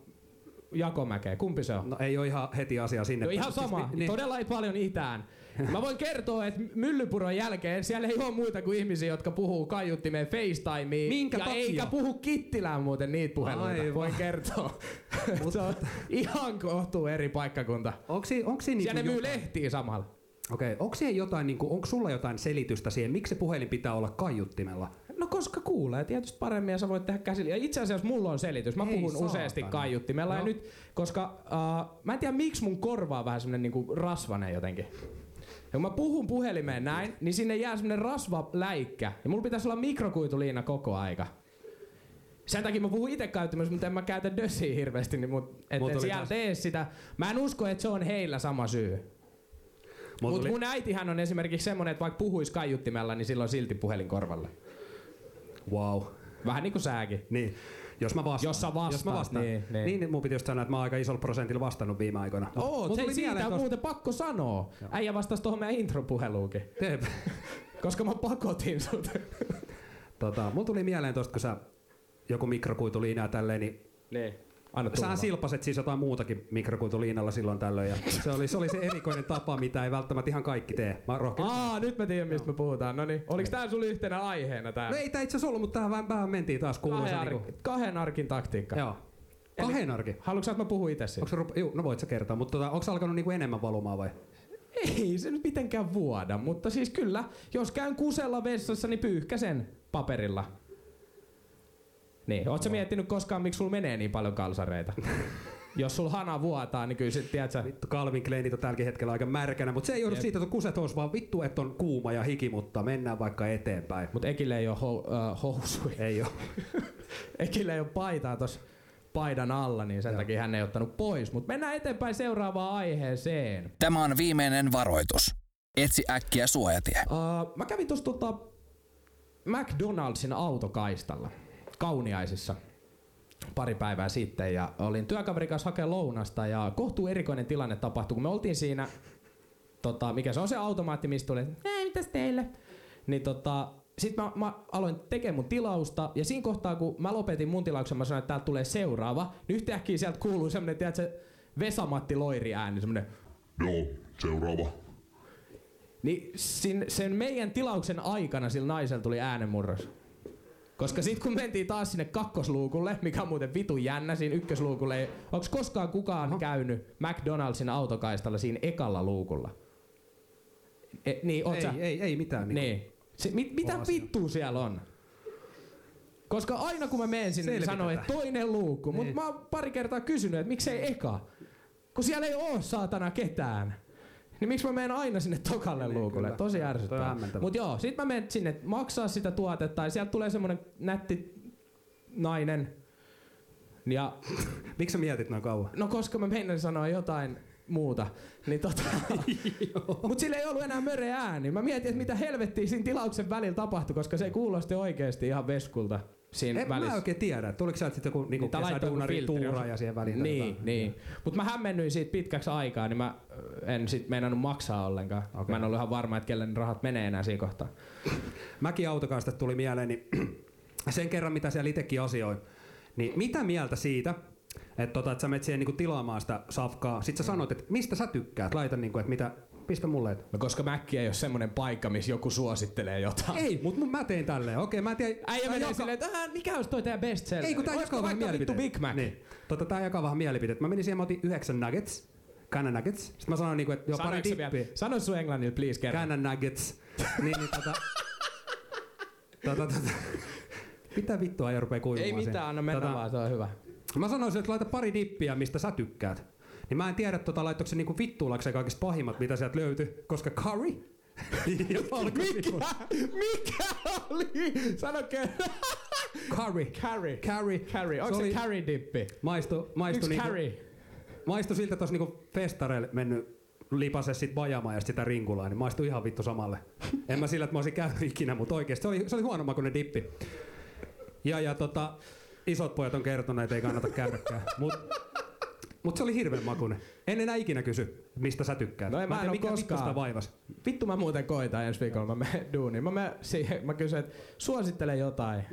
Speaker 4: Jakomäkeen? Kumpi se on?
Speaker 5: No ei ole ihan heti asia sinne.
Speaker 4: No ihan
Speaker 5: Siis
Speaker 4: sama,
Speaker 5: ni-
Speaker 4: niin.
Speaker 5: niin-
Speaker 4: todella ei paljon
Speaker 5: [laughs]
Speaker 4: itään. Mä voin kertoa, että Myllypuron jälkeen siellä ei ole muita kuin ihmisiä, jotka puhuu kaiuttimeen FaceTimeen.
Speaker 5: Minkä
Speaker 4: ja
Speaker 5: takia?
Speaker 4: eikä puhu kittilään muuten niitä puheluita.
Speaker 5: Aivan.
Speaker 4: Voin kertoa. [laughs] se on ihan kohtuu eri paikkakunta.
Speaker 5: Onko siinä, onko siinä
Speaker 4: Siellä ne
Speaker 5: niinku
Speaker 4: myy
Speaker 5: jotain?
Speaker 4: lehtiä samalla.
Speaker 5: Okei, onko siihen jotain, niin onko sulla jotain selitystä siihen, miksi se puhelin pitää olla kaiuttimella?
Speaker 4: No koska kuulee tietysti paremmin ja sä voit tehdä käsillä. Ja itse asiassa mulla on selitys. Mä
Speaker 5: Ei
Speaker 4: puhun
Speaker 5: saatana.
Speaker 4: useasti kaiuttimella. Ja
Speaker 5: No.
Speaker 4: nyt, koska uh, mä en tiedä miksi mun korva on vähän semmonen niinku rasvanen jotenkin. Ja kun mä puhun puhelimeen näin, niin sinne jää semmonen rasvaläikkä. Ja mulla pitäisi olla mikrokuituliina koko aika. Sen takia mä puhun itse käyttämässä, mutta en mä käytä dössiä hirveästi, niin mut, et,
Speaker 5: Mulla
Speaker 4: et
Speaker 5: tuli
Speaker 4: siellä
Speaker 5: taas-
Speaker 4: tee sitä. Mä en usko, että se on heillä sama syy.
Speaker 5: Mulla
Speaker 4: Mutta
Speaker 5: tuli-
Speaker 4: mun äitihän on esimerkiksi semmonen, että vaikka puhuis kaiuttimella, niin silloin silti puhelin korvalle.
Speaker 5: Wow.
Speaker 4: Vähän niinku sääkin.
Speaker 5: Niin. Jos mä vastaan.
Speaker 4: Jos sä vastaat,
Speaker 5: Jos mä vastaan.
Speaker 4: niin,
Speaker 5: Niin,
Speaker 4: niin.
Speaker 5: niin. niin mun piti just sanoa, että mä oon aika isolla prosentilla vastannut viime aikoina.
Speaker 4: Oo,
Speaker 5: Mut
Speaker 4: se,
Speaker 5: tuli
Speaker 4: siitä
Speaker 5: mieleen
Speaker 4: on
Speaker 5: tos-
Speaker 4: muuten pakko sanoa. Äijä vastasi tuohon meidän intropuheluunkin. [laughs]
Speaker 5: Teep.
Speaker 4: Koska mä pakotin sut.
Speaker 5: Tota, mulla tuli mieleen tosta, kun sä joku mikrokuituliinaa tälleen, niin
Speaker 4: niin. Anna tulla.
Speaker 5: Sähän
Speaker 4: Sil-
Speaker 5: silpaset siis jotain muutakin mikrokuituliinalla silloin tällöin. Ja se, oli, se oli se erikoinen tapa, mitä ei välttämättä ihan kaikki tee. Mä rohkeasti.
Speaker 4: Aa, nyt mä tiedän mistä me puhutaan. No niin. Oliks tää sulla yhtenä aiheena tää?
Speaker 5: No ei tää itse asiassa ollut, mutta tähän vähän, vähän mentiin taas
Speaker 4: kahden,
Speaker 5: kuuluisa.
Speaker 4: ar-
Speaker 5: Niinku,
Speaker 4: kahden arkin taktiikka.
Speaker 5: joo. Kahden arki.
Speaker 4: Haluatko sä, että mä puhun itse siitä?
Speaker 5: Onks se rup- juu, no voit sä kertoa, mutta tota, onko alkanut niinku enemmän valumaan vai?
Speaker 4: Ei se nyt mitenkään vuoda, mutta siis kyllä, jos käyn kusella vessassa, niin pyyhkä sen paperilla. Niin, oot sä miettinyt koskaan, miksi sulla menee niin paljon
Speaker 5: [laughs]
Speaker 4: kalsareita? jos sulla hana vuotaa, niin kyllä sit, tiedät sä,
Speaker 5: Vittu, Calvin Kleinit on tälläkin hetkellä aika märkänä, mutta se ei johdu
Speaker 4: Jep.
Speaker 5: siitä, että on kuset hous, vaan vittu, että on kuuma ja hiki, mutta mennään vaikka eteenpäin.
Speaker 4: Mut Ekille ei oo hou, äh, housuja.
Speaker 5: [laughs] Ei oo.
Speaker 4: [laughs] Ekille ei oo paitaa tos paidan alla, niin sen
Speaker 5: Joo.
Speaker 4: takia hän ei ottanut pois. Mut mennään eteenpäin seuraavaan aiheeseen.
Speaker 6: Tämä on viimeinen varoitus. Etsi äkkiä suojatie.
Speaker 4: Uh, mä kävin tuossa tota McDonaldsin autokaistalla Kauniaisissa pari päivää sitten ja olin työkaverin kanssa hakea lounasta ja kohtuu erikoinen tilanne tapahtui, kun me oltiin siinä, tota, mikä se on se automaatti, mistä tuli, että "Hei, mitäs teille? Niin tota, sit mä, mä aloin tekemään mun tilausta ja siinä kohtaa, kun mä lopetin mun tilauksen, mä sanoin, että täältä tulee seuraava, niin yhtäkkiä sieltä kuuluu semmonen, tiedätkö, Vesamatti Loiri ääni, semmonen
Speaker 7: Joo, seuraava.
Speaker 4: Niin sin, sen meidän tilauksen aikana sillä naisella tuli äänenmurros. Koska sit kun mentiin taas sinne kakkosluukulle, mikä on muuten vitun jännä, siinä ykkösluukulle ei... Onks koskaan kukaan Aha. käynyt McDonaldsin autokaistalla siinä ekalla luukulla? E, niin, oot
Speaker 5: Ei,
Speaker 4: sä?
Speaker 5: ei, ei mitään. Niinku.
Speaker 4: Niin. Se, mit, mitä
Speaker 5: Paha
Speaker 4: vittua siellä on? Koska aina kun mä menen sinne, niin
Speaker 5: Selvitetään. Niin.
Speaker 4: sanoo, että toinen luukku. Mutta mä oon pari kertaa kysynyt, että miksei eka? Kun siellä ei oo saatana ketään. Niin miksi mä menen aina sinne tokalle
Speaker 5: Niin,
Speaker 4: luukulle?
Speaker 5: kyllä.
Speaker 4: Tosi
Speaker 5: Toi on
Speaker 4: ärsyttävää.
Speaker 5: hämmentävä.
Speaker 4: Mut joo, sit mä menen sinne maksaa sitä tuotetta ja sieltä tulee semmonen nätti nainen. Ja
Speaker 5: Niin. Miksi sä mietit noin kauan?
Speaker 4: No koska mä meinasin sanoa jotain muuta, niin tota...
Speaker 5: [laughs]
Speaker 4: Mut sillä ei ollut enää möreä ääni. Mä mietin, että mitä helvettiä siinä tilauksen välillä tapahtui, koska se kuulosti oikeesti ihan veskulta siinä
Speaker 5: En
Speaker 4: välissä.
Speaker 5: mä oikein tiedä, että tuliko sieltä sitten joku niinku
Speaker 4: Niitä laittoi Niin, joku
Speaker 5: kesäduunari
Speaker 4: filtteri.
Speaker 5: tuuraaja siihen väliin. tai
Speaker 4: Niin,
Speaker 5: jotain.
Speaker 4: niin. Mut mä hämmennyin siitä pitkäksi aikaa, niin mä ö, en sit meinannut maksaa ollenkaan. Okay. Mä en ollut ihan varma, että kelle ne rahat menee enää siinä kohtaa.
Speaker 5: Mäkin autokaista tuli mieleen, niin [clears throat] sen kerran mitä siellä itsekin asioin, niin mitä mieltä siitä, että, tota, että sä menet siihen niinku tilaamaan sitä safkaa, sit sä
Speaker 4: Mm.
Speaker 5: sanot, että mistä sä tykkäät, laita niinku, että mitä, pistä mulle, että
Speaker 4: No koska mäkki ei ole semmonen paikka, missä joku suosittelee jotain.
Speaker 5: ei, mut mun- mä tein tälleen, okei, mä en tiedä.
Speaker 4: Äijä
Speaker 5: tää
Speaker 4: menee
Speaker 5: jakaa-
Speaker 4: silleen, että "Äh, mikä olisi toi teidän bestseller?
Speaker 5: Ei, kun tää
Speaker 4: Olisiko
Speaker 5: jakaa vähän
Speaker 4: vaikka vittu
Speaker 5: mielipiteet.
Speaker 4: Big Mac?
Speaker 5: Niin. Tota, tää jakaa vähän mielipiteet. Mä menin siihen, mä otin yhdeksän nuggets, Canna nuggets. Sitten mä sanoin, niinku, että joo, pari
Speaker 4: Sanoitko sä vielä-
Speaker 5: dippiä.
Speaker 4: Sano sun englannilla, please, kerran.
Speaker 5: Canna nuggets. niin, niin tota...
Speaker 4: [laughs]
Speaker 5: tota, tota. Mitä vittua ei rupee kuivumaan
Speaker 4: Ei mitään, anna mennä tota... vaan, se on hyvä.
Speaker 5: Mä sanoisin, että laita pari dippiä, mistä sä tykkäät. Niin mä en tiedä, tota, laittoiko se niinku vittuulaksi ne kaikista pahimmat, mitä sieltä löytyi, koska curry... [laughs] ja valkosipuli.
Speaker 4: [laughs] Mikä oli? Sano kerran.
Speaker 5: Curry.
Speaker 4: Carry.
Speaker 5: Curry.
Speaker 4: Carry. Onko se,
Speaker 5: oli-
Speaker 4: se carry dippi?
Speaker 5: Maistu, maistu,
Speaker 4: Yksi
Speaker 5: niinku,
Speaker 4: carry.
Speaker 5: maistu siltä, että olisi niinku festareille mennyt lipase sit bajamaan ja sit sitä rinkulaa, niin maistui ihan vittu samalle. en mä sillä, että mä olisin käynyt ikinä, mutta oikeesti se oli, se oli huonomma kuin ne dippi. Ja, ja tota, isot pojat on kertoneet, että ei kannata käydäkään. Mut, mut se oli hirveän makunen. En enää ikinä kysy, mistä sä tykkäät.
Speaker 4: No en mä en
Speaker 5: tiedä,
Speaker 4: oo
Speaker 5: mikä vittu
Speaker 4: koskaan.
Speaker 5: sitä vaivas.
Speaker 4: Vittu mä muuten koitan ensi viikolla, mä menen duuniin. Mä, menen siihen, mä kysyn, että suosittelen jotain.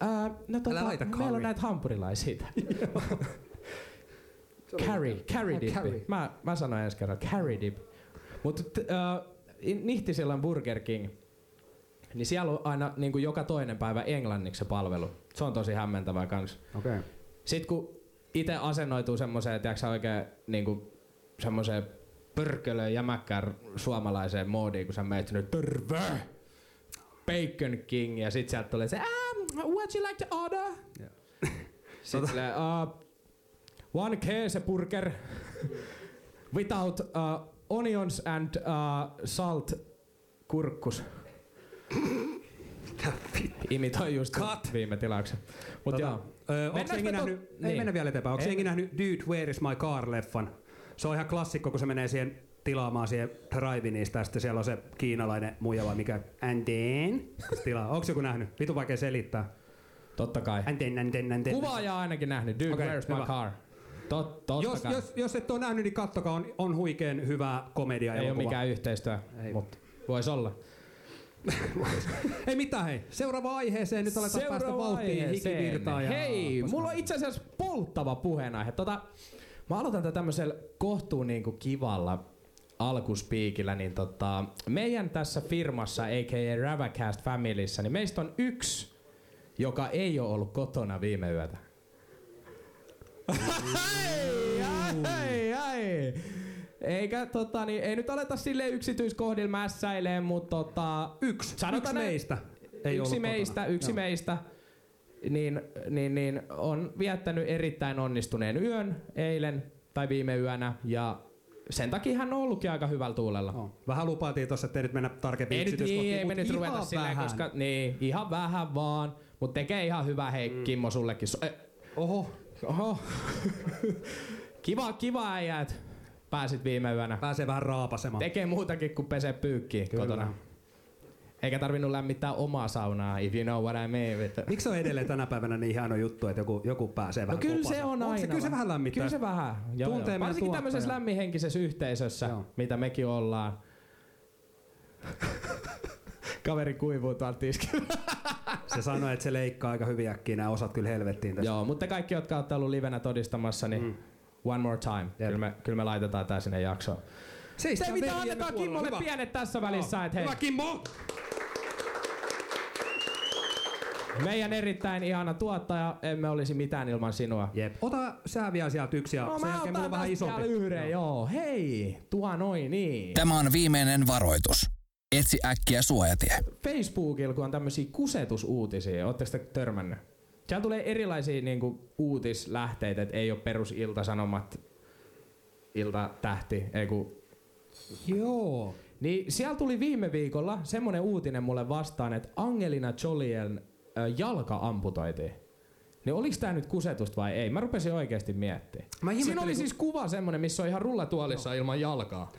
Speaker 4: Ää, no tota,
Speaker 5: laita
Speaker 4: meillä on
Speaker 5: curry.
Speaker 4: näitä hampurilaisia. täällä. Carry, carry
Speaker 8: Ah,
Speaker 4: dip.
Speaker 8: carry.
Speaker 4: Mä, mä sanoin ensi kerran, carry dip. Mutta uh, Nihtisellä on Burger King. Niin siellä on aina niin kuin joka toinen päivä englanniksi se palvelu. Se on tosi hämmentävää kans.
Speaker 5: Okei.
Speaker 4: Sitten kun itse asennoituu semmoiseen, tiedätkö sä, oikein niinku, semmoiseen pörkölöön jämäkkään suomalaiseen moodiin, kun sä meet sinne terve! Bacon King ja sit sieltä tulee se "Ah, what you like to order? [laughs]
Speaker 5: Joo.
Speaker 4: Sitten tulee uh, one käseburger without uh, onions and uh, salt kurkkus. Imitoi just
Speaker 5: Cut.
Speaker 4: viime tilauksen. Mut
Speaker 5: Tota,
Speaker 4: joo.
Speaker 5: Öö, onko
Speaker 4: Mennäänkö
Speaker 5: jengi
Speaker 4: me to-
Speaker 5: nähnyt, ei
Speaker 4: niin.
Speaker 5: mennä vielä eteenpäin, onko
Speaker 4: Ei.
Speaker 5: jengi nähnyt Dude Where is my car leffan? Se on ihan klassikko, kun se menee siihen tilaamaan siihen drive-inista ja sitten siellä on se kiinalainen muija vai mikä. And then, kun se tilaa. Onko joku nähnyt? Vitu vaikea selittää.
Speaker 4: Totta kai.
Speaker 5: And then, and then, and then.
Speaker 4: Kuvaaja on ainakin nähnyt. Dude,
Speaker 5: Okei,
Speaker 4: okay, where's my
Speaker 5: hyvä.
Speaker 4: car? Tot, totta
Speaker 5: Jos,
Speaker 4: kai.
Speaker 5: jos, jos et ole nähnyt, niin kattokaa, on, on huikein hyvä komedia
Speaker 4: ei ole mikään yhteistyö,
Speaker 5: Ei.
Speaker 4: mutta voisi olla.
Speaker 5: Ei mitään hei, seuraava aiheeseen, nyt aletaan
Speaker 4: Seuraava
Speaker 5: päästä vauhtiin,
Speaker 4: aiheeseen.
Speaker 5: hikivirtaan. Ja
Speaker 4: Hei, mulla on itse asiassa polttava puheenaihe. Tota, mä aloitan tätä tämmöisellä kohtuun niinku kivalla alkuspiikillä, niin tota, meidän tässä firmassa, a.k.a. Ravacast Familyssä, niin meistä on yksi, joka ei ole ollut kotona viime [laughs] yötä. Ai, ai, ai. Eikä tota, niin, ei nyt aleta sille yksityiskohdilla mässäileen, mutta tota, yksi,
Speaker 5: Yksi meistä ei ollut
Speaker 4: yksi
Speaker 5: kotona.
Speaker 4: meistä, yksi
Speaker 5: Joo.
Speaker 4: meistä niin, niin, niin, on viettänyt erittäin onnistuneen yön eilen tai viime yönä ja sen takia hän on ollutkin aika hyvällä tuulella.
Speaker 5: On. Vähän lupaatiin tuossa, ettei nyt mennä tarkemmin
Speaker 4: Ei nyt niin, ei me
Speaker 5: No, mut
Speaker 4: nyt
Speaker 5: ihan
Speaker 4: ruveta silleen,
Speaker 5: vähän.
Speaker 4: koska niin, ihan vähän vaan, mutta tekee ihan hyvää hei mm. Kimmo sullekin. So, eh,
Speaker 5: Oho,
Speaker 4: oho. [laughs] kiva, kiva äijä, et pääsit viime yönä.
Speaker 5: pääsee vähän raapasemaan.
Speaker 4: Tekee muutakin kuin pesee pyykkiä
Speaker 5: Kyllä.
Speaker 4: kotona. Eikä tarvinnut lämmittää omaa saunaa, if you know what I mean. vittu.
Speaker 5: Miksi se on edelleen tänä päivänä niin hieno juttu, että joku, joku pääsee
Speaker 4: No
Speaker 5: vähän
Speaker 4: kyllä se
Speaker 5: kopaseen?
Speaker 4: on
Speaker 5: Onko
Speaker 4: aina.
Speaker 5: Se, kyllä se vähän lämmittää.
Speaker 4: Kyllä se vähän. Joo,
Speaker 5: Tuntee
Speaker 4: joo.
Speaker 5: meidän
Speaker 4: Varsinkin
Speaker 5: tuottaja.
Speaker 4: tämmöisessä lämminhenkisessä yhteisössä,
Speaker 5: Joo.
Speaker 4: mitä mekin ollaan. [laughs] Kaveri kuivuu tuolla tiskillä.
Speaker 5: se sanoi, että se leikkaa aika hyvin äkkiä nämä osat kyllä helvettiin tässä.
Speaker 4: Joo, mutta te kaikki, jotka olette ollut livenä todistamassa, niin mm. one more time. Kyllä me, kyllä me laitetaan tää sinne jaksoon.
Speaker 5: Seistä
Speaker 4: Se mitä
Speaker 5: veljemme
Speaker 4: annetaan
Speaker 5: puolella.
Speaker 4: Kimmolle
Speaker 5: Hyvä.
Speaker 4: pienet tässä välissä, että hei,
Speaker 5: Hyvä Kimmo!
Speaker 4: meidän erittäin ihana tuottaja, emme olisi mitään ilman sinua.
Speaker 5: Jep. Ota sä vielä sieltä yksi ja
Speaker 4: No
Speaker 5: sen
Speaker 4: mä
Speaker 5: jälkeen mulla
Speaker 4: otan
Speaker 5: on vähän
Speaker 4: tästä vielä
Speaker 5: isompi.
Speaker 4: yhden, joo. Hei, tuo noin niin.
Speaker 6: Tämä on viimeinen varoitus. Etsi äkkiä suojatie.
Speaker 4: Facebookilla, kun on tämmöisiä kusetusuutisia, ootteko te törmännyt? Siellä tulee erilaisia niinku, uutislähteitä, että ei ole perus iltasanomat, iltatähti, ei kun...
Speaker 5: Joo.
Speaker 4: Niin siellä tuli viime viikolla semmonen uutinen mulle vastaan, että Angelina Jolien ö, jalka amputoitiin. Niin oliks tää nyt kusetusta vai ei? Mä rupesin oikeesti miettimään.
Speaker 5: Mä
Speaker 4: Siinä
Speaker 5: ihmettelin,
Speaker 4: oli
Speaker 5: kun-
Speaker 4: siis kuva semmonen, missä on ihan rullatuolissa ilman jalkaa.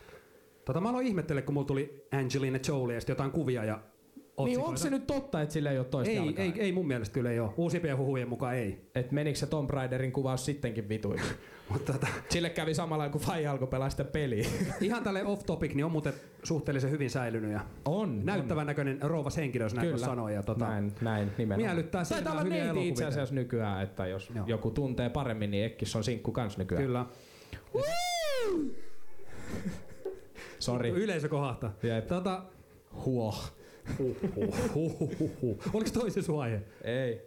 Speaker 5: Tota, mä aloin ihmettele, kun mulla tuli Angelina Jolie ja sitten jotain kuvia ja
Speaker 4: Niin
Speaker 5: otsikoita.
Speaker 4: onko se nyt totta, että sillä ei ole toista
Speaker 5: ei,
Speaker 4: jalkaa?
Speaker 5: ei, ei, mun mielestä kyllä ei ole. Uusimpien huhujen mukaan ei.
Speaker 4: Että menikö se Tomb Raiderin kuvaus sittenkin vituiksi?
Speaker 5: Mutta tota,
Speaker 4: Sille kävi samalla kun Fai alkoi pelaa sitä peliä.
Speaker 5: [laughs] ihan tälle off topic, niin on muuten suhteellisen hyvin säilynyt ja
Speaker 4: On.
Speaker 5: näyttävän näköinen rouvas henkilö, jos näin
Speaker 4: Kyllä.
Speaker 5: voi sanoa. Ja tota,
Speaker 4: Näin, näin nimenomaan.
Speaker 5: Miellyttää
Speaker 4: Taitaa
Speaker 5: silmää
Speaker 4: olla
Speaker 5: hyviä
Speaker 4: neiti
Speaker 5: elokuvia.
Speaker 4: itse asiassa nykyään, että jos
Speaker 5: Joo.
Speaker 4: Joo. joku tuntee paremmin, niin Ekkis on sinkku kans nykyään.
Speaker 5: Kyllä.
Speaker 4: Sori.
Speaker 5: Yleisö kohahtaa.
Speaker 4: Jep.
Speaker 5: Tota,
Speaker 4: Huoh.
Speaker 5: Huhhuhuhu. Oliko toi se sun aihe?
Speaker 4: Ei.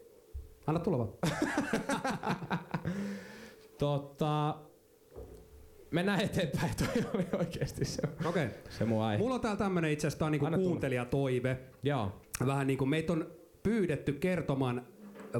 Speaker 5: Anna tulla vaan.
Speaker 4: Tota... Mennään eteenpäin, [laughs] toi oli oikeesti se,
Speaker 5: Okei.
Speaker 4: se mun aihe.
Speaker 5: Mulla on täällä tämmönen itse asiassa, tää on niinku
Speaker 4: Anna tulla.
Speaker 5: kuuntelijatoive.
Speaker 4: Joo.
Speaker 5: Vähän niinku meitä on pyydetty kertomaan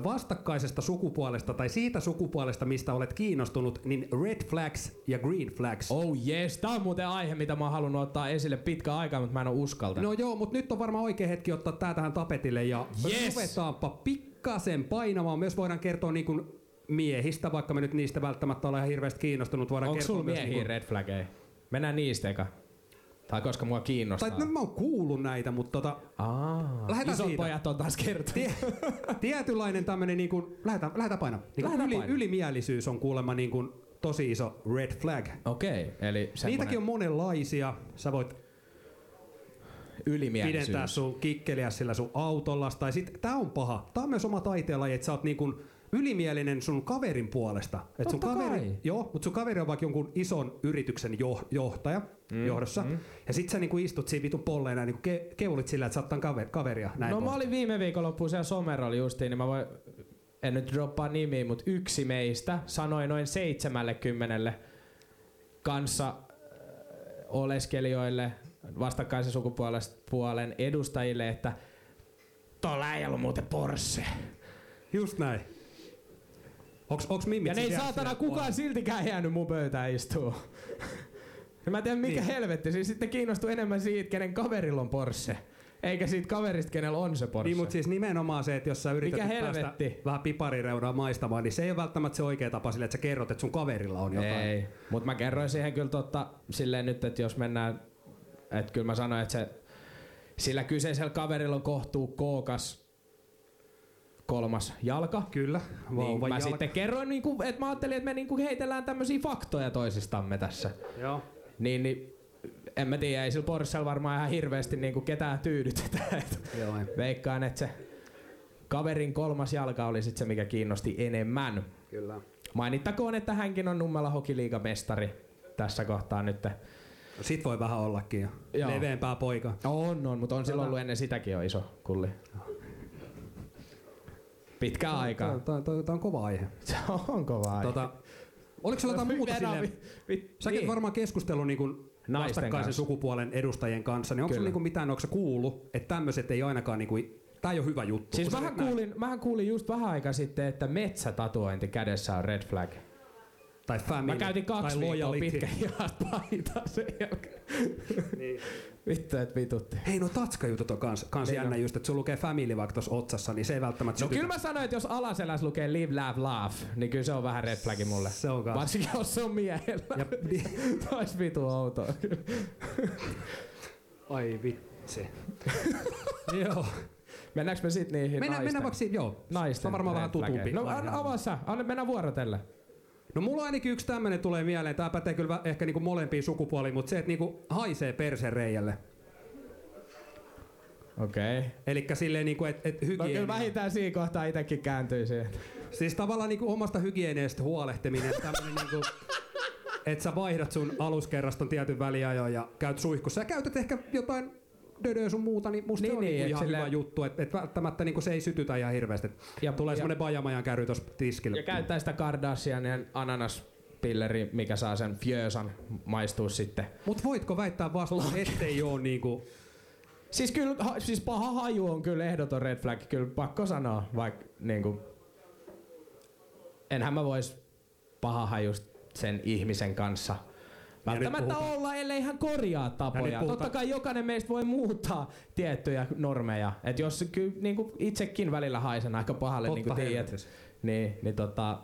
Speaker 5: vastakkaisesta sukupuolesta tai siitä sukupuolesta, mistä olet kiinnostunut, niin red flags ja green flags.
Speaker 4: Oh yes, tää on muuten aihe, mitä mä oon halunnut ottaa esille pitkään aikaa, mutta mä en oo uskaltanut.
Speaker 5: No joo, mutta nyt on varmaan oikea hetki ottaa tää tähän tapetille ja
Speaker 4: Yes!
Speaker 5: ruvetaanpa pikkasen painamaan. Myös voidaan kertoa niin kuin miehistä, vaikka me nyt niistä välttämättä ollaan ihan hirveästi kiinnostunut. Voidaan
Speaker 4: Onko
Speaker 5: kertoa
Speaker 4: sulla
Speaker 5: myös
Speaker 4: miehiä
Speaker 5: niinku-
Speaker 4: red flaggeja? Mennään niistä eka. Tai koska mua kiinnostaa.
Speaker 5: Tai no, mä oon kuullut näitä, mutta
Speaker 4: [laughs]
Speaker 5: tota,
Speaker 4: Aa, niin
Speaker 5: Lähdetään
Speaker 4: isot
Speaker 5: siitä.
Speaker 4: pojat on taas kertonut.
Speaker 5: tie, tietynlainen tämmönen niin kuin, lähdetään, lähdetään painaa. Niin
Speaker 4: Lähdetään
Speaker 5: yli,
Speaker 4: painaa.
Speaker 5: ylimielisyys on kuulemma niin kuin, tosi iso red flag.
Speaker 4: Okei, okay, eli semmonen
Speaker 5: Niitäkin on monenlaisia. Sä voit
Speaker 4: ylimielisyys.
Speaker 5: pidentää sun kikkeliä sillä sun autolla. Tai sit, tää on paha. Tää on myös oma taiteenlaji, että sä oot niin kuin, ylimielinen sun kaverin puolesta. Et sun
Speaker 4: Totta
Speaker 5: kaveri,
Speaker 4: kai.
Speaker 5: Joo, mutta sun kaveri on vaikka jonkun ison yrityksen jo, johtaja mm, johdossa. Mm. Ja sit sä niinku istut siinä vitun polleen ja niinku ke, keulit sillä, että sä oot kaver, kaveria. Näin
Speaker 4: No mä
Speaker 5: pois.
Speaker 4: olin viime viikonloppuun siellä somerolla justiin, niin mä voin, en nyt droppaa nimiä, mutta yksi meistä sanoi noin 70 kanssa äh, oleskelijoille, vastakkaisen sukupuolen edustajille, että tuolla ei ollut muuten Porsche.
Speaker 5: Just näin. Onks, onks mimmit
Speaker 4: Ja ne
Speaker 5: siis
Speaker 4: ei
Speaker 5: jäänyt
Speaker 4: saatana
Speaker 5: sinne
Speaker 4: kukaan siltikään jäänyt mun pöytään istuu. [laughs] mä en tiedä mikä
Speaker 5: Niin.
Speaker 4: niin. helvetti. Siis sitten kiinnostuu enemmän siitä, kenen kaverilla on Porsche. Eikä siitä kaverista, kenellä on se Porsche.
Speaker 5: Niin, mutta siis nimenomaan se, että jos sä yrität
Speaker 4: Mikä
Speaker 5: nyt päästä
Speaker 4: helvetti?
Speaker 5: vähän piparireunaa maistamaan, niin se ei ole välttämättä se oikea tapa sille, että sä kerrot, että sun kaverilla on jotain.
Speaker 4: Ei, mutta mä kerroin siihen kyllä totta silleen nyt, että jos mennään, että kyllä mä sanoin, että se, sillä kyseisellä kaverilla on kohtuu kookas kolmas jalka.
Speaker 5: Kyllä,
Speaker 4: Niin mä
Speaker 5: vauvan jalka.
Speaker 4: sitten kerroin, niinku, että mä ajattelin, että me niinku heitellään tämmöisiä faktoja toisistamme tässä.
Speaker 5: Joo.
Speaker 4: Niin, niin en mä tiedä, ei sillä Porschella varmaan ihan hirveästi niinku ketään tyydytetä. [laughs] et
Speaker 5: Joo, ei.
Speaker 4: Veikkaan, että se kaverin kolmas jalka oli sitten se, mikä kiinnosti enemmän.
Speaker 5: Kyllä.
Speaker 4: Mainittakoon, että hänkin on Nummela hokiliigamestari tässä kohtaa nyt.
Speaker 5: Sit voi vähän ollakin jo.
Speaker 4: Joo.
Speaker 5: Leveämpää poika.
Speaker 4: On, on, mutta on
Speaker 5: Tota-
Speaker 4: silloin ollut ennen sitäkin jo iso kulli. Pitkä aika.
Speaker 5: Tämä on, on kova aihe.
Speaker 4: Se on kova aika. Tuota,
Speaker 5: Tota, oliko sulla jotain muuta silleen? Sä niin. varmaan keskustellut niin
Speaker 4: Naisten
Speaker 5: vastakkaisen
Speaker 4: kanssa.
Speaker 5: sukupuolen edustajien kanssa, niin onko
Speaker 4: Kyllä.
Speaker 5: sulla niinku mitään, onko sä kuullut, että tämmöiset ei ainakaan, niinku, tää ei ole hyvä juttu.
Speaker 4: Siis
Speaker 5: kun sä
Speaker 4: mähän
Speaker 5: teet näin.
Speaker 4: kuulin, mähän kuulin just vähän aikaa sitten, että metsätatuointi kädessä on red flag.
Speaker 5: Tai family,
Speaker 4: Mä käytin kaksi
Speaker 5: Niin.
Speaker 4: viikkoa
Speaker 5: tai loyalty. [laughs]
Speaker 4: pitkä [laughs] hihat paitaa sen jälkeen. Niin. Vittu, et vitutti.
Speaker 5: Hei, no tatskajutut on kans, kans
Speaker 4: Niin
Speaker 5: jännä
Speaker 4: on.
Speaker 5: just, että sun lukee family vaikka tossa otsassa, niin se ei välttämättä
Speaker 4: No
Speaker 5: sytytä.
Speaker 4: kyllä mä sanoin, että jos alaselässä lukee live, laugh, laugh, niin kyllä se on vähän red flagi mulle.
Speaker 5: Se on kans.
Speaker 4: Varsinkin jos se on miehellä. [laughs]
Speaker 5: Ja-
Speaker 4: Ja,
Speaker 5: niin.
Speaker 4: Ois vitu outoa.
Speaker 5: Ai vitsi. joo.
Speaker 4: Mennäänkö me sit niihin
Speaker 5: Mennään,
Speaker 4: naisten?
Speaker 5: mennään vaikka si- joo.
Speaker 4: Naisten
Speaker 5: Naisten. on varmaan
Speaker 4: red
Speaker 5: vähän tutumpi.
Speaker 4: flageihin. No an, avaa sä, anna mennä vuorotelle.
Speaker 5: No mulla ainakin yksi tämmönen tulee mieleen, tää pätee kyllä vä- ehkä niinku molempiin sukupuoliin, mutta se, että niinku haisee persereijälle.
Speaker 4: Okei. Okay.
Speaker 5: Elikkä silleen niinku, että et
Speaker 4: No
Speaker 5: hygienia.
Speaker 4: kyllä vähintään siinä kohtaa itekin kääntyy siihen.
Speaker 5: Siis tavallaan niinku omasta hygieniasta huolehtiminen, tämmönen niinku, että sä vaihdat sun aluskerraston tietyn väliajoin ja käyt suihkussa. Sä käytät ehkä jotain dödöä sun muuta, niin musta niin,
Speaker 4: Niin,
Speaker 5: se on niin,
Speaker 4: niin,
Speaker 5: niinku
Speaker 4: et
Speaker 5: ihan
Speaker 4: sillä-
Speaker 5: hyvä juttu, että et välttämättä niinku se ei sytytä ihan hirveästi. Ja,
Speaker 4: Ja-
Speaker 5: Tulee
Speaker 4: ja-
Speaker 5: semmonen bajamajan käry tossa tiskille.
Speaker 4: Ja käyttää sitä Kardashianin ananaspilleri, mikä saa sen fjösan maistua sitten.
Speaker 5: Mut voitko väittää vastaan, ettei oo niinku...
Speaker 4: Siis kyllä, ha, siis paha haju on kyllä ehdoton red flag, kyllä pakko sanoa, vaikka niinku... Enhän mä vois paha hajust sen ihmisen kanssa välttämättä
Speaker 5: puhutaan-
Speaker 4: olla, ellei hän korjaa tapoja.
Speaker 5: puhutaan-
Speaker 4: Totta kai jokainen meistä voi muuttaa tiettyjä normeja. Et jos kyllä niinku itsekin välillä haisen aika pahalle,
Speaker 5: Totta
Speaker 4: niin kuin tiedät,
Speaker 5: helvetissä.
Speaker 4: niin, niin tota,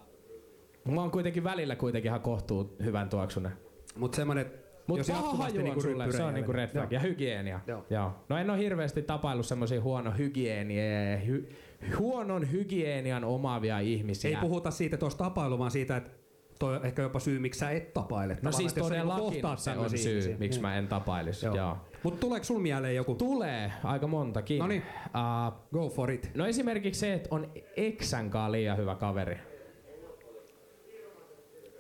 Speaker 4: mä oon kuitenkin välillä kuitenkin ihan kohtuu hyvän tuoksune.
Speaker 5: Mut semmonen, et
Speaker 4: Mut
Speaker 5: jos
Speaker 4: paha
Speaker 5: jatkuvasti
Speaker 4: haju on
Speaker 5: niinku
Speaker 4: sulle, se on
Speaker 5: ryppyreijälle.
Speaker 4: niinku red flag. Ja hygienia.
Speaker 5: Joo.
Speaker 4: Joo. Joo. No en ole hirveästi tapailu semmoisia huono hygienia ja hy- huonon hygienian omaavia ihmisiä.
Speaker 5: Ei puhuta siitä tuosta tapailu, vaan siitä, että toi on ehkä jopa syy, miksi sä et
Speaker 4: no
Speaker 5: tapaile. Tavallaan,
Speaker 4: siis
Speaker 5: että jos sä niinku
Speaker 4: todellakin
Speaker 5: kohtaat
Speaker 4: se on
Speaker 5: tämmöisiä
Speaker 4: syy,
Speaker 5: ihmisiä. Niin.
Speaker 4: miksi mä en tapailisi. Joo. Joo.
Speaker 5: Mutta tuleeko sul mieleen joku?
Speaker 4: Tulee aika montakin.
Speaker 5: Noniin.
Speaker 4: Uh,
Speaker 5: Go for it.
Speaker 4: no esimerkiksi se, että on eksän kanssa liian hyvä kaveri.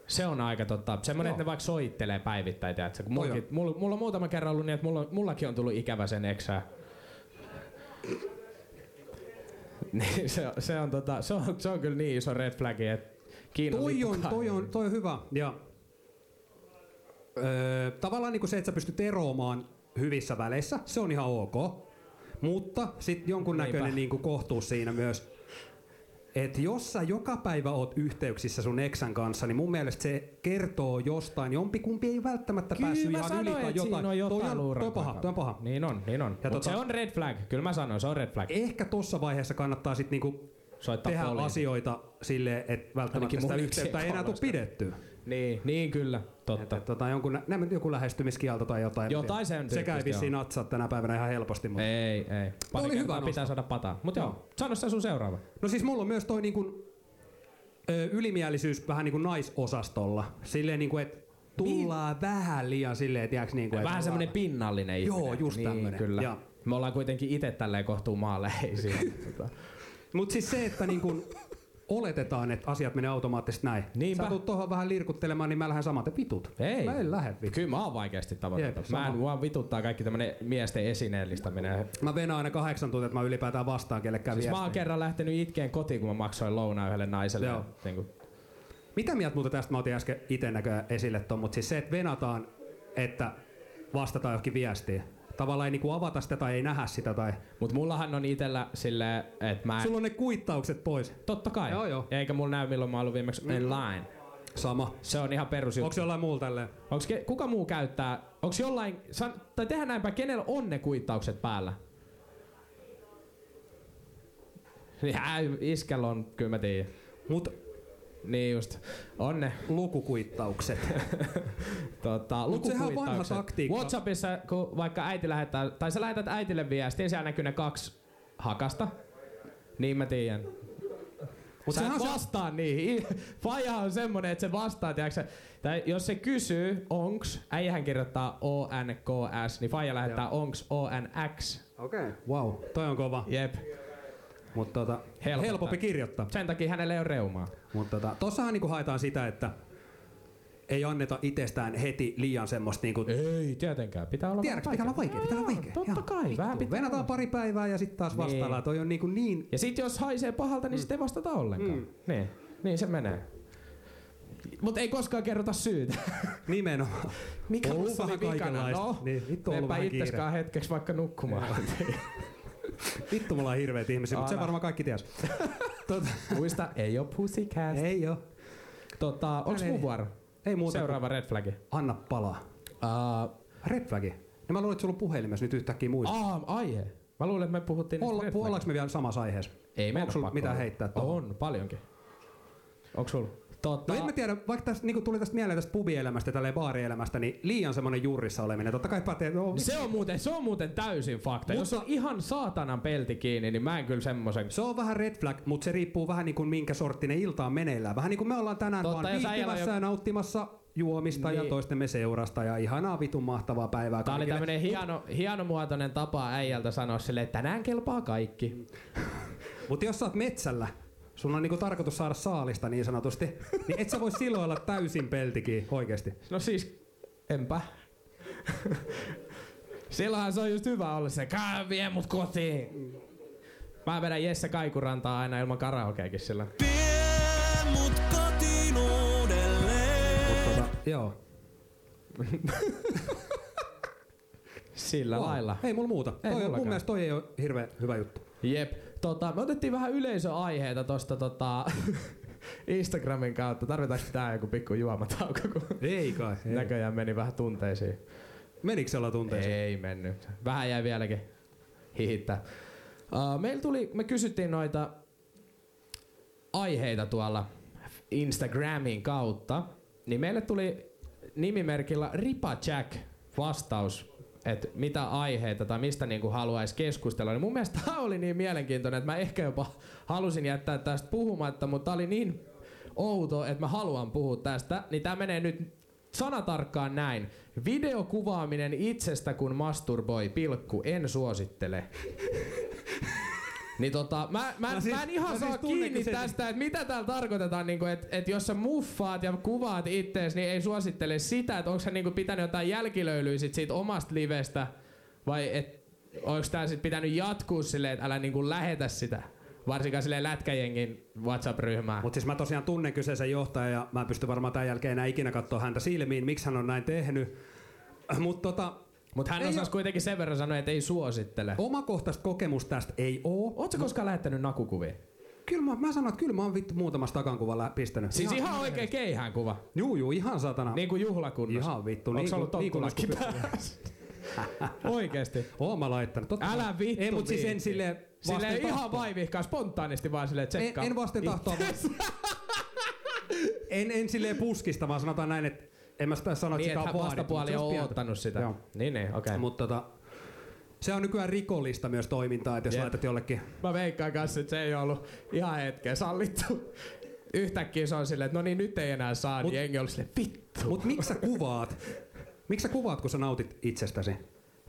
Speaker 4: Se on aika totta. Semmoinen,
Speaker 5: Joo.
Speaker 4: että ne vaikka soittelee päivittäin. Tiedätkö? Kun
Speaker 5: Toi
Speaker 4: mullakin, mulla, mulla, on muutama kerran ollut niin, että mulla, on- mullakin on tullut ikävä sen eksää. [laughs] Niin, se, on- se, on, tota, se, on, se on kyllä niin iso red flag, että Kiina
Speaker 5: Toi on,
Speaker 4: lippukaan.
Speaker 5: toi on, toi on hyvä. Ja, öö, tavallaan niinku se, että sä pystyt eroamaan hyvissä väleissä, se on ihan ok. Mutta sitten jonkunnäköinen
Speaker 4: Niinpä.
Speaker 5: niinku kohtuus siinä myös. Et jos sä joka päivä oot yhteyksissä sun eksän kanssa, niin mun mielestä se kertoo jostain. Jompikumpi ei välttämättä
Speaker 4: Kyllä
Speaker 5: päässyt
Speaker 4: mä
Speaker 5: ihan
Speaker 4: sanoin,
Speaker 5: yli
Speaker 4: että
Speaker 5: tai jotain.
Speaker 4: Siinä on jotain
Speaker 5: toi on, toi on
Speaker 4: luuran
Speaker 5: paha,
Speaker 4: takana.
Speaker 5: toi on paha.
Speaker 4: Niin on, niin on. Mutta
Speaker 5: tota-
Speaker 4: se on red flag. Kyllä mä sanoin, se on red flag.
Speaker 5: Ehkä tuossa vaiheessa kannattaa sitten niinku
Speaker 4: Niin. Soittaa
Speaker 5: tehdä
Speaker 4: poliisi.
Speaker 5: asioita sille, että välttämättä
Speaker 4: Ainakin
Speaker 5: sitä
Speaker 4: mun
Speaker 5: yhteyttä ei enää tule
Speaker 4: kuulostaa.
Speaker 5: pidettyä.
Speaker 4: Niin, niin kyllä,
Speaker 5: Että,
Speaker 4: totta.
Speaker 5: että, tota, jonkun, nä, nä- joku lähestymiskielto tai jotain.
Speaker 4: Jotain sen
Speaker 5: Sekä ei
Speaker 4: tyyppistä,
Speaker 5: vissiin
Speaker 4: joo.
Speaker 5: natsaa tänä päivänä ihan helposti. Mutta.
Speaker 4: Ei, ei. Pari
Speaker 5: oli
Speaker 4: oli
Speaker 5: hyvä
Speaker 4: hyvä
Speaker 5: nosto.
Speaker 4: pitää saada pataa. Mutta joo.
Speaker 5: Joo.
Speaker 4: sano sä sun seuraava.
Speaker 5: No siis mulla on myös toi niinku, ö, ylimielisyys vähän niinku naisosastolla. Silleen niinku, että tullaan vähän liian silleen, tiiäks niinku, et
Speaker 4: Niin. Vähän
Speaker 5: ollaan-
Speaker 4: semmonen pinnallinen
Speaker 5: Joo,
Speaker 4: ihminen.
Speaker 5: just
Speaker 4: niin,
Speaker 5: tämmönen,
Speaker 4: Kyllä.
Speaker 5: joo.
Speaker 4: Me
Speaker 5: [laughs]
Speaker 4: ollaan kuitenkin itse tälleen kohtuu maanläheisiä. Tota.
Speaker 5: Mut siis se, että niinku, [laughs] oletetaan, että asiat menee automaattisesti näin.
Speaker 4: Niinpä.
Speaker 5: Sä tulet tuohon vähän lirkuttelemaan, niin mä lähden samaten vitut.
Speaker 4: Ei.
Speaker 5: Mä en lähde vitut.
Speaker 4: Kyllä mä oon vaikeasti tavoitettu.
Speaker 5: Jep,
Speaker 4: Mä en
Speaker 5: sama.
Speaker 4: vaan vituttaa kaikki tämmönen miesten esineellistäminen.
Speaker 5: Mä venaan aina kahdeksan tuntia, että mä ylipäätään vastaan kellekään
Speaker 4: Siis
Speaker 5: siis
Speaker 4: mä oon kerran lähtenyt itkeen kotiin, kun mä maksoin lounaa yhdelle naiselle.
Speaker 5: Joo.
Speaker 4: Niin kuin,
Speaker 5: Mitä mieltä muuta tästä mä otin äsken itse näköjään esille ton, mutta siis se, että venataan, että vastataan johonkin viestiin. Tavallaan ei niinku avata sitä tai ei nähdä sitä tai...
Speaker 4: mut mullahan on itellä silleen, että mä en...
Speaker 5: Sulla on ne kuittaukset pois.
Speaker 4: Totta kai.
Speaker 5: Joo, joo.
Speaker 4: Eikä mulla näy milloin mä oon ollut viimeksi online.
Speaker 5: Sama.
Speaker 4: Se on ihan perusjuttu.
Speaker 5: Onks jollain muulla tälleen?
Speaker 4: Onks ke, kuka muu käyttää, onks jollain, san, tai tehdään näinpä, kenellä on ne kuittaukset päällä? Jää, iskel on, kyllä mä tiedän.
Speaker 5: Mut
Speaker 4: Niin just, on ne. [laughs]
Speaker 5: lukukuittaukset.
Speaker 4: Tota,
Speaker 5: sehän on vanha
Speaker 4: lukukuittaukset.
Speaker 5: taktiikka.
Speaker 4: Whatsappissa, kun vaikka äiti lähettää, tai sä lähetät äitille viestiä, siellä näkyy ne kaksi hakasta. Niin mä tiedän. Mut
Speaker 5: Mut
Speaker 4: sä
Speaker 5: sehän
Speaker 4: et
Speaker 5: se-
Speaker 4: vastaa niihin. [laughs] Faija on semmonen, että se vastaa, tiiäksä. Tai jos se kysyy, onks, äijähän kirjoittaa O-N-K-S, niin Faija lähettää onks O-N-X.
Speaker 5: Okei. Okay. Wow, toi on kova.
Speaker 4: Jep.
Speaker 5: Mut tota,
Speaker 4: Helpottaa.
Speaker 5: helpompi kirjoittaa.
Speaker 4: Sen takia hänellä ei ole reumaa.
Speaker 5: Mutta tota, tossahan niinku haetaan sitä, että ei anneta itsestään heti liian semmoista niinku...
Speaker 4: Ei, tietenkään. Pitää olla
Speaker 5: Tiedätkö, pitää olla vaikea, pitää olla vaikea.
Speaker 4: Totta
Speaker 5: Joo,
Speaker 4: kai,
Speaker 5: vittu.
Speaker 4: vähän pitää
Speaker 5: Venataan
Speaker 4: olla.
Speaker 5: pari päivää ja sitten taas vastaillaan.
Speaker 4: Niin.
Speaker 5: Toi on niinku niin...
Speaker 4: Ja sit jos haisee pahalta, niin mm. sit ei vastata ollenkaan. Mm. Niin. niin se menee. Mut ei koskaan kerrota syytä.
Speaker 5: Nimenomaan.
Speaker 4: [laughs] Mikä
Speaker 5: Ollut
Speaker 4: musta oli
Speaker 5: vähän
Speaker 4: vikana?
Speaker 5: kaikenlaista.
Speaker 4: No,
Speaker 5: Niin, vittu on ollut
Speaker 4: menepä
Speaker 5: vähän kiire.
Speaker 4: itseskään hetkeksi vaikka nukkumaan. [laughs]
Speaker 5: Vittu, mulla on hirveet ihmisiä, mutta se
Speaker 4: Älä.
Speaker 5: varmaan kaikki ties. tota,
Speaker 4: Muista, ei oo pussycat.
Speaker 5: ei oo.
Speaker 4: Tota, onks
Speaker 5: Ei, ei.
Speaker 4: mun vuoro?
Speaker 5: Ei muuta.
Speaker 4: Seuraava
Speaker 5: Seuraava.
Speaker 4: red flagi.
Speaker 5: Anna palaa.
Speaker 4: Uh,
Speaker 5: Red flagi. Ja mä luulen, että sulla on puhelimessa nyt yhtäkkiä muista.
Speaker 4: aam, aihe. Mä luulen, että me puhuttiin
Speaker 5: Olla,
Speaker 4: red
Speaker 5: ollaanko me vielä samassa aiheessa?
Speaker 4: Ei meidän
Speaker 5: Onko sulla
Speaker 4: pakko
Speaker 5: mitään
Speaker 4: olla.
Speaker 5: heittää tuohon?
Speaker 4: On, paljonkin. Tota, Onks sulla? Totta.
Speaker 5: No en mä tiedä, vaikka tästä, niin tuli tästä mieleen tästä pubielämästä ja tälleen baarielämästä, niin liian semmonen juurissa oleminen. Totta kai pätee, no,
Speaker 4: Se on, muuten, se on muuten täysin fakta. Jos on
Speaker 5: Mutta-
Speaker 4: ihan saatanan pelti kiinni, niin mä en kyllä semmosen
Speaker 5: se on vähän red flag, mutta se riippuu vähän niin kuin minkä sorttinen ilta on meneillään. Vähän niin kuin me ollaan tänään
Speaker 4: Totta,
Speaker 5: Totta, vaan
Speaker 4: jos äijällä
Speaker 5: viihtymässä
Speaker 4: on jo-
Speaker 5: ja nauttimassa juomista ja
Speaker 4: Niin.
Speaker 5: toistemme seurasta ja ihanaa vitun mahtavaa päivää
Speaker 4: Tää oli
Speaker 5: kaikille.
Speaker 4: tämmönen hieno, hienomuotoinen tapa äijältä sanoa sille, että tänään kelpaa kaikki.
Speaker 5: Mutta jos sä oot metsällä, sun on niinku tarkoitus saada saalista niin sanotusti, [laughs] niin et sä voi silloin olla täysin peltikin oikeesti.
Speaker 4: No siis, enpä. Silloinhan se on just hyvä olla se, kaa vie mut kotiin. Mä vedän Jesse Kaikurantaa aina ilman karaokeakin sillä.
Speaker 5: Mut tota, joo.
Speaker 4: Sillä
Speaker 5: Wow.
Speaker 4: lailla.
Speaker 5: Ei mulla muuta.
Speaker 4: Ei
Speaker 5: toi on, mun
Speaker 4: mullakaan.
Speaker 5: mielestä toi ei ole hirveän hyvä juttu.
Speaker 4: Jep. Tota, me otettiin vähän yleisöaiheita tosta tota, [laughs] Instagramin kautta. Tarvitaanko tää joku pikku juomatauko, kun
Speaker 5: Ei kai.
Speaker 4: näköjään meni vähän tunteisiin.
Speaker 5: Menikö se olla tunteeseen?
Speaker 4: Ei mennyt. Vähän jäi vieläkin hihittää. Uh, meillä tuli, me kysyttiin noita aiheita tuolla Instagramin kautta, niin meille tuli nimimerkillä Ripa Jack vastaus, että mitä aiheita tai mistä niinku haluaisi keskustella. Niin mun mielestä tämä oli niin mielenkiintoinen, että mä ehkä jopa halusin jättää tästä puhumatta, mutta tää oli niin outo, että mä haluan puhua tästä. Niin tämä menee nyt sanatarkkaan näin. Videokuvaaminen itsestä kun masturboi, pilkku, en
Speaker 5: [laughs]
Speaker 4: suosittele. Niin tota, mä, mä,
Speaker 5: No
Speaker 4: siis,
Speaker 5: siis-
Speaker 4: mä en ihan
Speaker 5: no
Speaker 4: saa
Speaker 5: siis tunneko
Speaker 4: kiinni
Speaker 5: sen-
Speaker 4: tästä sitä, että mitä täällä tarkoitetaan, niinku, että et jos sä muffaat ja kuvaat ittees, niin ei suosittele sitä, että onko sä niinku, pitänyt jotain jälkilöylyä sit siitä omasta livestä, vai et, onko tää sit pitänyt jatkuu silleen, että älä niinku, lähetä sitä, varsinkaan silleen lätkäjengin WhatsApp-ryhmään.
Speaker 5: Mutta siis mä tosiaan tunnen kyseisen johtajan ja mä en pysty varmaan tämän jälkeen enää ikinä katsoa häntä silmiin, miksi hän on näin tehnyt. [clears throat] Mutta tota,
Speaker 4: Mutta hän
Speaker 5: ei
Speaker 4: osasi
Speaker 5: oo-
Speaker 4: kuitenkin sen verran sanoa, että ei suosittele.
Speaker 5: omakohtaista kokemusta tästä ei oo.
Speaker 4: Ootko koskaan lähettänyt nakukuvia?
Speaker 5: Kyllä mä, mä sanon, että kyllä mä oon vittu muutamasta takankuvan lä- pistänyt.
Speaker 4: Siis ihan, ihan oikea keihään kuva.
Speaker 5: Juu, juu, ihan satana.
Speaker 4: Niin kuin juhlakunnossa.
Speaker 5: Ihan vittu,
Speaker 4: Onko
Speaker 5: niin
Speaker 4: ollut
Speaker 5: kuin- niin kuin
Speaker 4: tokkulakki
Speaker 5: lasku-
Speaker 4: päässä? Oikeesti.
Speaker 5: Oon mä laittanut. Totta kai.
Speaker 4: Älä vittu
Speaker 5: Ei, mut siis en
Speaker 4: viitsi.
Speaker 5: sille
Speaker 4: Silleen ihan vaivihkaa, spontaanisti vaan silleen
Speaker 5: en,
Speaker 4: tsekkaa.
Speaker 5: en vasten tahtoa. vaan-
Speaker 4: itseäsi.
Speaker 5: en, en silleen puskista, vaan sanotaan näin, että en mä sitä sano, että
Speaker 4: Niin, että
Speaker 5: sitä on
Speaker 4: hän
Speaker 5: vaadittu,
Speaker 4: vastapuoli
Speaker 5: mut
Speaker 4: on
Speaker 5: se olisi
Speaker 4: oottanut sitä.
Speaker 5: Joo.
Speaker 4: Niin, niin, okei. Okay.
Speaker 5: Mutta tota, se on nykyään rikollista myös toimintaa, että jos
Speaker 4: Jep.
Speaker 5: laitat jollekin
Speaker 4: Mä veikkaan kanssa, että se ei ollut ihan hetkeä sallittu. Yhtäkkiä se on silleen, että no niin, nyt ei enää saa, Mut,
Speaker 5: Mut-
Speaker 4: niin jengi oli silleen, vittu.
Speaker 5: Mut miksi sä kuvaat? Miksi sä kuvaat, kun sä nautit itsestäsi?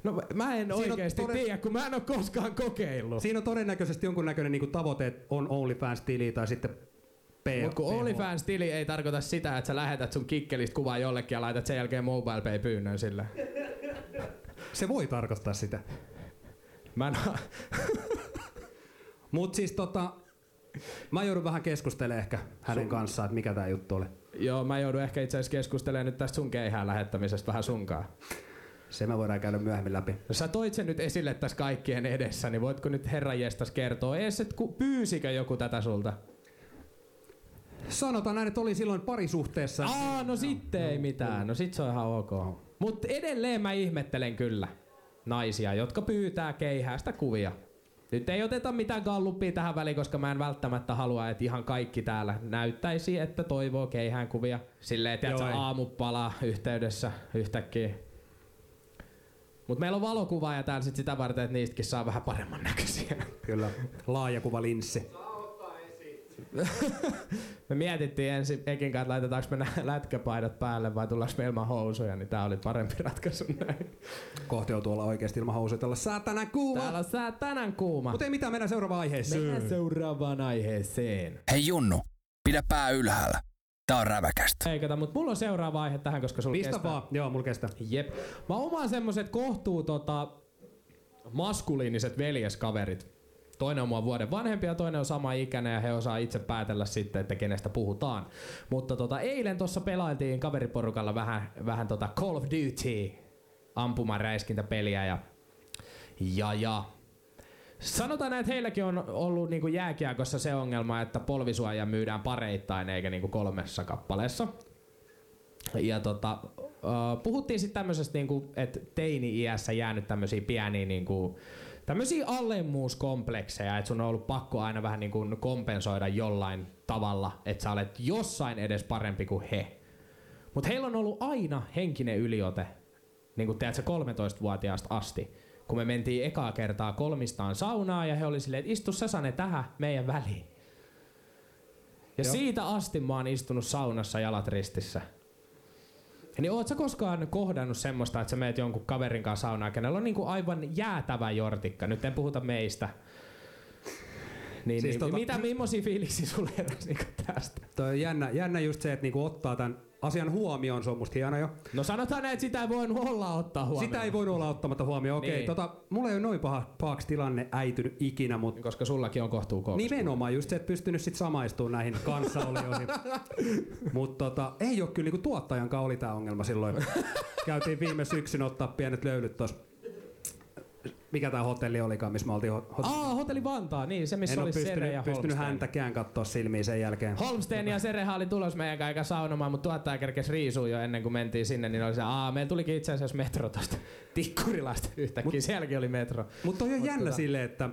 Speaker 4: No mä- mä en
Speaker 5: on
Speaker 4: oikeesti
Speaker 5: toden-
Speaker 4: tiedä, kun mä en oo koskaan kokeillut.
Speaker 5: Siinä on todennäköisesti jonkunnäköinen niinku tavoite, että on OnlyFans-tili tai sitten P.
Speaker 4: Mut kun OnlyFans-tili ei tarkoita sitä, että sä lähetät sun kikkelistä kuvaa jollekin ja laitat sen jälkeen MobilePay-pyynnön sille.
Speaker 5: Se voi tarkoittaa sitä.
Speaker 4: Mä en,
Speaker 5: Mut siis tota, mä joudun vähän keskustelemaan ehkä hänen kanssaan, että mikä tää juttu oli.
Speaker 4: joo, mä joudun ehkä itse asiassa keskustelemaan nyt tästä sun keihään lähettämisestä vähän sunkaan.
Speaker 5: Se me voidaan käydä myöhemmin läpi.
Speaker 4: No Sä toit sen nyt esille tässä kaikkien edessä, niin voitko nyt herranjestas kertoa ees, että ku, pyysikö joku tätä sulta?
Speaker 5: Sanotaan näin, että oli silloin parisuhteessa.
Speaker 4: Aa, no sitten ei mitään. No sit se on ihan ok. Mutta edelleen mä ihmettelen kyllä naisia, jotka pyytää keihäästä kuvia. Nyt ei oteta mitään galluppia tähän väliin, koska mä en välttämättä halua, että ihan kaikki täällä näyttäisi, että toivoo keihään kuvia. Silleen, tiedätkö,
Speaker 5: Joo, ei.
Speaker 4: aamupala yhteydessä yhtäkkiä. Mutta meillä on valokuvaaja täällä sit sitä varten, että niistäkin saa vähän paremman näköisiä.
Speaker 5: Kyllä, laajakuvalinssi.
Speaker 4: Me mietittiin ensin Ekin kanssa, että laitetaanko me nää lätkäpaidat päälle vai tullaanko me ilman housuja, niin tää oli parempi [laughs] ratkaisu näin.
Speaker 5: Kohta joutuu olla oikeasti ilman housuja tällä saatana kuuma.
Speaker 4: Täällä on sää tänään kuuma.
Speaker 5: Mutta ei mitään, mennään seuraavaan aiheeseen.
Speaker 4: Mennään seuraavaan aiheeseen.
Speaker 6: Hei Junnu, pidä pää ylhäällä. Tää on räväkästä.
Speaker 4: Ei kato, mutta mulla on seuraava aihe tähän, koska sulla
Speaker 5: Pistä
Speaker 4: kestää.
Speaker 5: vaan. Joo, mulla kestää.
Speaker 4: Jep. Mä omaan semmoset kohtuu tota, maskuliiniset veljeskaverit. Toinen on mua vuoden vanhempi ja toinen on sama ikäinen ja he osaa itse päätellä sitten, että kenestä puhutaan. Mutta tota, eilen tuossa pelailtiin kaveriporukalla vähän, vähän tota Call of Duty ampumaräiskintäpeliä ja, ja, ja Sanotaan näin, että heilläkin on ollut niinku jääkiekossa se ongelma, että polvisuoja myydään pareittain eikä niinku kolmessa kappaleessa. Ja tota, ö, puhuttiin sitten tämmöisestä, niinku, että teini-iässä jäänyt tämmöisiä pieniä niinku, tämmöisiä alemmuuskomplekseja, että sun on ollut pakko aina vähän niinku kompensoida jollain tavalla, että sä olet jossain edes parempi kuin he. Mutta heillä on ollut aina henkinen yliote, niin kuin tiedätkö, 13-vuotiaasta asti. Kun me mentiin ekaa kertaa kolmistaan saunaan ja he oli silleen, että istu Sasane tähän meidän väliin. Ja Joo. siitä asti mä oon istunut saunassa jalat ristissä. Niin oot sä koskaan kohdannut semmoista, että sä meet jonkun kaverin kanssa saunaan, kenellä on niinku aivan jäätävä jortikka. Nyt en puhuta meistä. Niin,
Speaker 5: Siis
Speaker 4: siis niin,
Speaker 5: tota-
Speaker 4: tota... mitä, millaisia fiiliksi sulle heräsi niinku tästä?
Speaker 5: Toi on jännä, jännä just se, että niinku ottaa tämän asian huomioon, se on musta hieno jo.
Speaker 4: No sanotaan näin, että sitä ei voinut olla ottaa huomioon.
Speaker 5: Sitä ei voinut olla ottamatta huomioon. Okei,
Speaker 4: Niin.
Speaker 5: tota, mulla ei ole noin paha, pahaksi tilanne äitynyt ikinä, mutta
Speaker 4: Koska sullakin on kohtuu koulussa.
Speaker 5: nimenomaan just se, että pystynyt sit samaistumaan näihin
Speaker 4: [laughs]
Speaker 5: kanssaolijoihin. mutta tota, ei ole kyllä niinku tuottajankaan oli tämä ongelma
Speaker 4: [laughs]
Speaker 5: silloin. Käytiin viime syksyn ottaa pienet löylyt tuossa. Mikä tämä hotelli olikaan, missä me oltiin ho- hot-
Speaker 4: Aa, hotelli Vantaa, niin se Ah, missä
Speaker 5: En ole
Speaker 4: oli Sere ja
Speaker 5: pystynyt, pystynyt
Speaker 4: Holmstein.
Speaker 5: häntäkään katsoa silmiin sen jälkeen.
Speaker 4: Holmstein ja Serehän oli tulos meidän kaiken saunomaan, mutta tuottaja kerkes riisuu jo ennen kuin mentiin sinne, niin oli se, aa, meillä tulikin itse asiassa metro tosta Tikkurilasta [laughs] yhtäkkiä, Mut, sielläkin oli metro.
Speaker 5: Mutta toi on jännä
Speaker 4: tota-
Speaker 5: silleen, että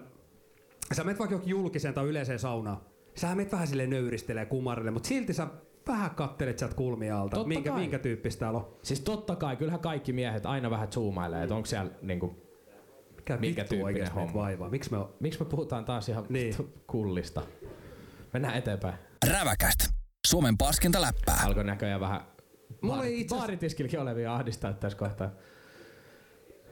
Speaker 5: sä menet vaikka johonkin julkiseen tai yleiseen saunaan. Sähän menet vähän silleen nöyristelee ja kumarille, mutta silti sä vähän kattelet sieltä kulmia alta,
Speaker 4: Totta
Speaker 5: minkä,
Speaker 4: kai.
Speaker 5: minkä tyyppistä täällä on.
Speaker 4: Siis totta kai, kyllähän kaikki miehet aina vähän zoomailee, että onko siellä niinku,
Speaker 5: Mikä,
Speaker 4: Minkä
Speaker 5: vittu
Speaker 4: tyyppinen
Speaker 5: oikeesti meitä
Speaker 4: homma?
Speaker 5: vaivaa? Miksi me o-
Speaker 4: miksi me puhutaan taas ihan
Speaker 5: Niin.
Speaker 4: niin. [laughs] kullista. Mennään eteenpäin.
Speaker 6: Räväkästä. Suomen paskinta läppää.
Speaker 4: Alkoi näköjään vähän
Speaker 5: Mulla
Speaker 4: baari-
Speaker 5: ei itse asiassa-
Speaker 4: baaritiskilläkin olevia ahdistaa tässä kohtaa.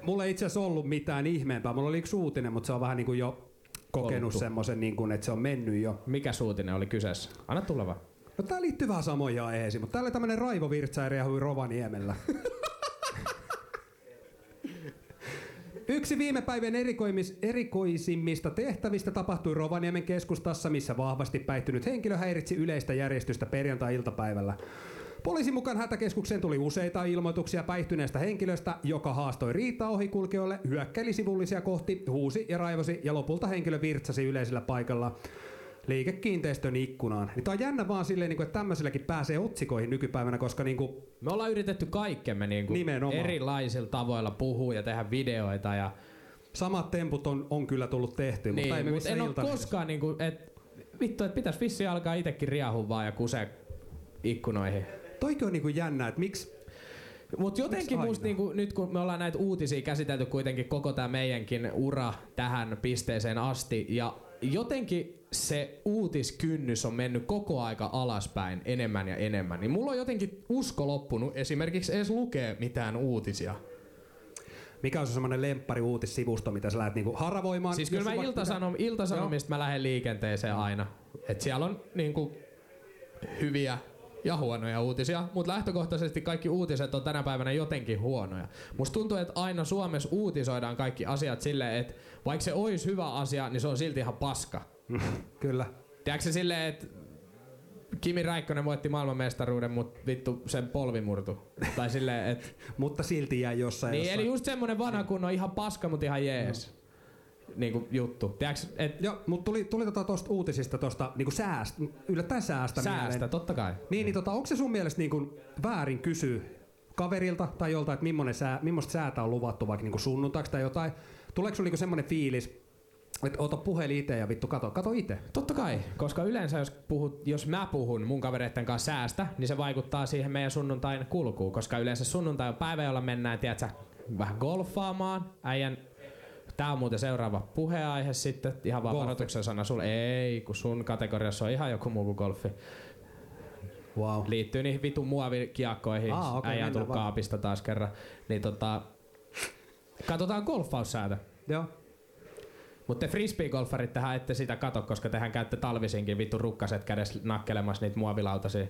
Speaker 5: Mulla ei itse asiassa ollut mitään ihmeempää. Mulla oli yksi uutinen, mutta se on vähän niin kuin jo kokenut
Speaker 4: Kouluttu.
Speaker 5: semmoisen, niin kuin, että se on mennyt jo.
Speaker 4: Mikä suutinen oli kyseessä? Anna tulla vaan.
Speaker 5: No tää liittyy vähän samoihin aiheisiin, mutta täällä oli tämmönen Raivo Virtsäiri ja Rovaniemellä. Yksi viime päivän erikoimis, erikoisimmista tehtävistä tapahtui Rovaniemen keskustassa, missä vahvasti päihtynyt henkilö häiritsi yleistä järjestystä perjantai-iltapäivällä. Poliisin mukaan hätäkeskukseen tuli useita ilmoituksia päihtyneestä henkilöstä, joka haastoi riitaa ohikulkijoille, hyökkäili sivullisia kohti, huusi ja raivosi ja lopulta henkilö virtsasi yleisellä paikalla liikekiinteistön ikkunaan. Niin tää on jännä vaan silleen, niinku, että tämmöisilläkin pääsee otsikoihin nykypäivänä, koska niinku,
Speaker 4: Me ollaan yritetty kaikkemme niin kuin
Speaker 5: Nimenomaan.
Speaker 4: erilaisilla tavoilla puhua ja tehdä videoita. Ja,
Speaker 5: samat temput on, on kyllä tullut tehty, niin, mutta ei me
Speaker 4: mut
Speaker 5: missään
Speaker 4: en ole
Speaker 5: iltana-
Speaker 4: koskaan, niin kuin, et, vittu, että pitäis vissiin alkaa itsekin riahua vaan ja kusee ikkunoihin.
Speaker 5: Toikin on niinku jännä, että miksi
Speaker 4: Mutta jotenkin
Speaker 5: aina?
Speaker 4: musta niinku, nyt kun me ollaan näitä uutisia käsitelty kuitenkin koko tämä meidänkin ura tähän pisteeseen asti ja jotenkin se uutiskynnys on mennyt koko aika alaspäin enemmän ja enemmän, niin mulla on jotenkin usko loppunut esimerkiksi edes lukee mitään uutisia.
Speaker 5: Mikä on se semmoinen lemppari uutissivusto, mitä sä lähdet niinku haravoimaan?
Speaker 4: Siis kyllä
Speaker 5: Jos
Speaker 4: mä
Speaker 5: on vaikka-
Speaker 4: iltasanom, iltasanomista mä lähden liikenteeseen aina. Et siellä on niinku hyviä ja huonoja uutisia, mutta lähtökohtaisesti kaikki uutiset on tänä päivänä jotenkin huonoja. Musta tuntuu, että aina Suomessa uutisoidaan kaikki asiat silleen, että vaikka se olisi hyvä asia, niin se on silti ihan paska.
Speaker 5: Kyllä.
Speaker 4: Tiedätkö se silleen, että Kimi Räikkönen voitti maailmanmestaruuden, mutta vittu sen polvi murtu. Tai silleen, että...
Speaker 5: [laughs] Mutta silti jäi jossain.
Speaker 4: niin,
Speaker 5: jossain.
Speaker 4: eli just semmonen vanha kunnon ihan paska, mutta ihan jees. Niinku juttu. Tiedätkö, et
Speaker 5: Joo, mutta tuli, tuli tota tosta uutisista tuosta niinku säästä, yllättäen säästä.
Speaker 4: säästä,
Speaker 5: mieleen.
Speaker 4: totta kai.
Speaker 5: Niin, niin tota, onko se sun mielestä niinku väärin kysyä kaverilta tai joltain, että millainen sää, millaista säätä on luvattu vaikka niinku sunnuntaiksi tai jotain? Tuleeko sulla niinku semmoinen fiilis, että ota puhelin itse ja vittu kato, kato itse?
Speaker 4: Totta kai, koska yleensä jos, puhut, jos mä puhun mun kavereitten kanssa säästä, niin se vaikuttaa siihen meidän sunnuntain kulkuun, koska yleensä sunnuntai on päivä, jolla mennään, tiedätkö, vähän golfaamaan, äijän Tää on muuten seuraava puheaihe sitten, ihan vaan
Speaker 5: Golfi.
Speaker 4: varoituksen sana sulle. Ei, kun sun kategoriassa on ihan joku muu kuin golfi.
Speaker 5: Wow.
Speaker 4: Liittyy niihin vitun muovikiekkoihin,
Speaker 5: Aa,
Speaker 4: Aa,
Speaker 5: Ah, okei,
Speaker 4: okay, äijä on tullut
Speaker 5: mennään vaan.
Speaker 4: kaapista taas kerran. Niin tota, katsotaan golfaussäätä.
Speaker 5: Joo.
Speaker 4: Mutta te frisbeegolfarit tehän ette sitä kato, koska tehän käytte talvisinkin vittu rukkaset kädessä nakkelemassa niitä muovilautasia.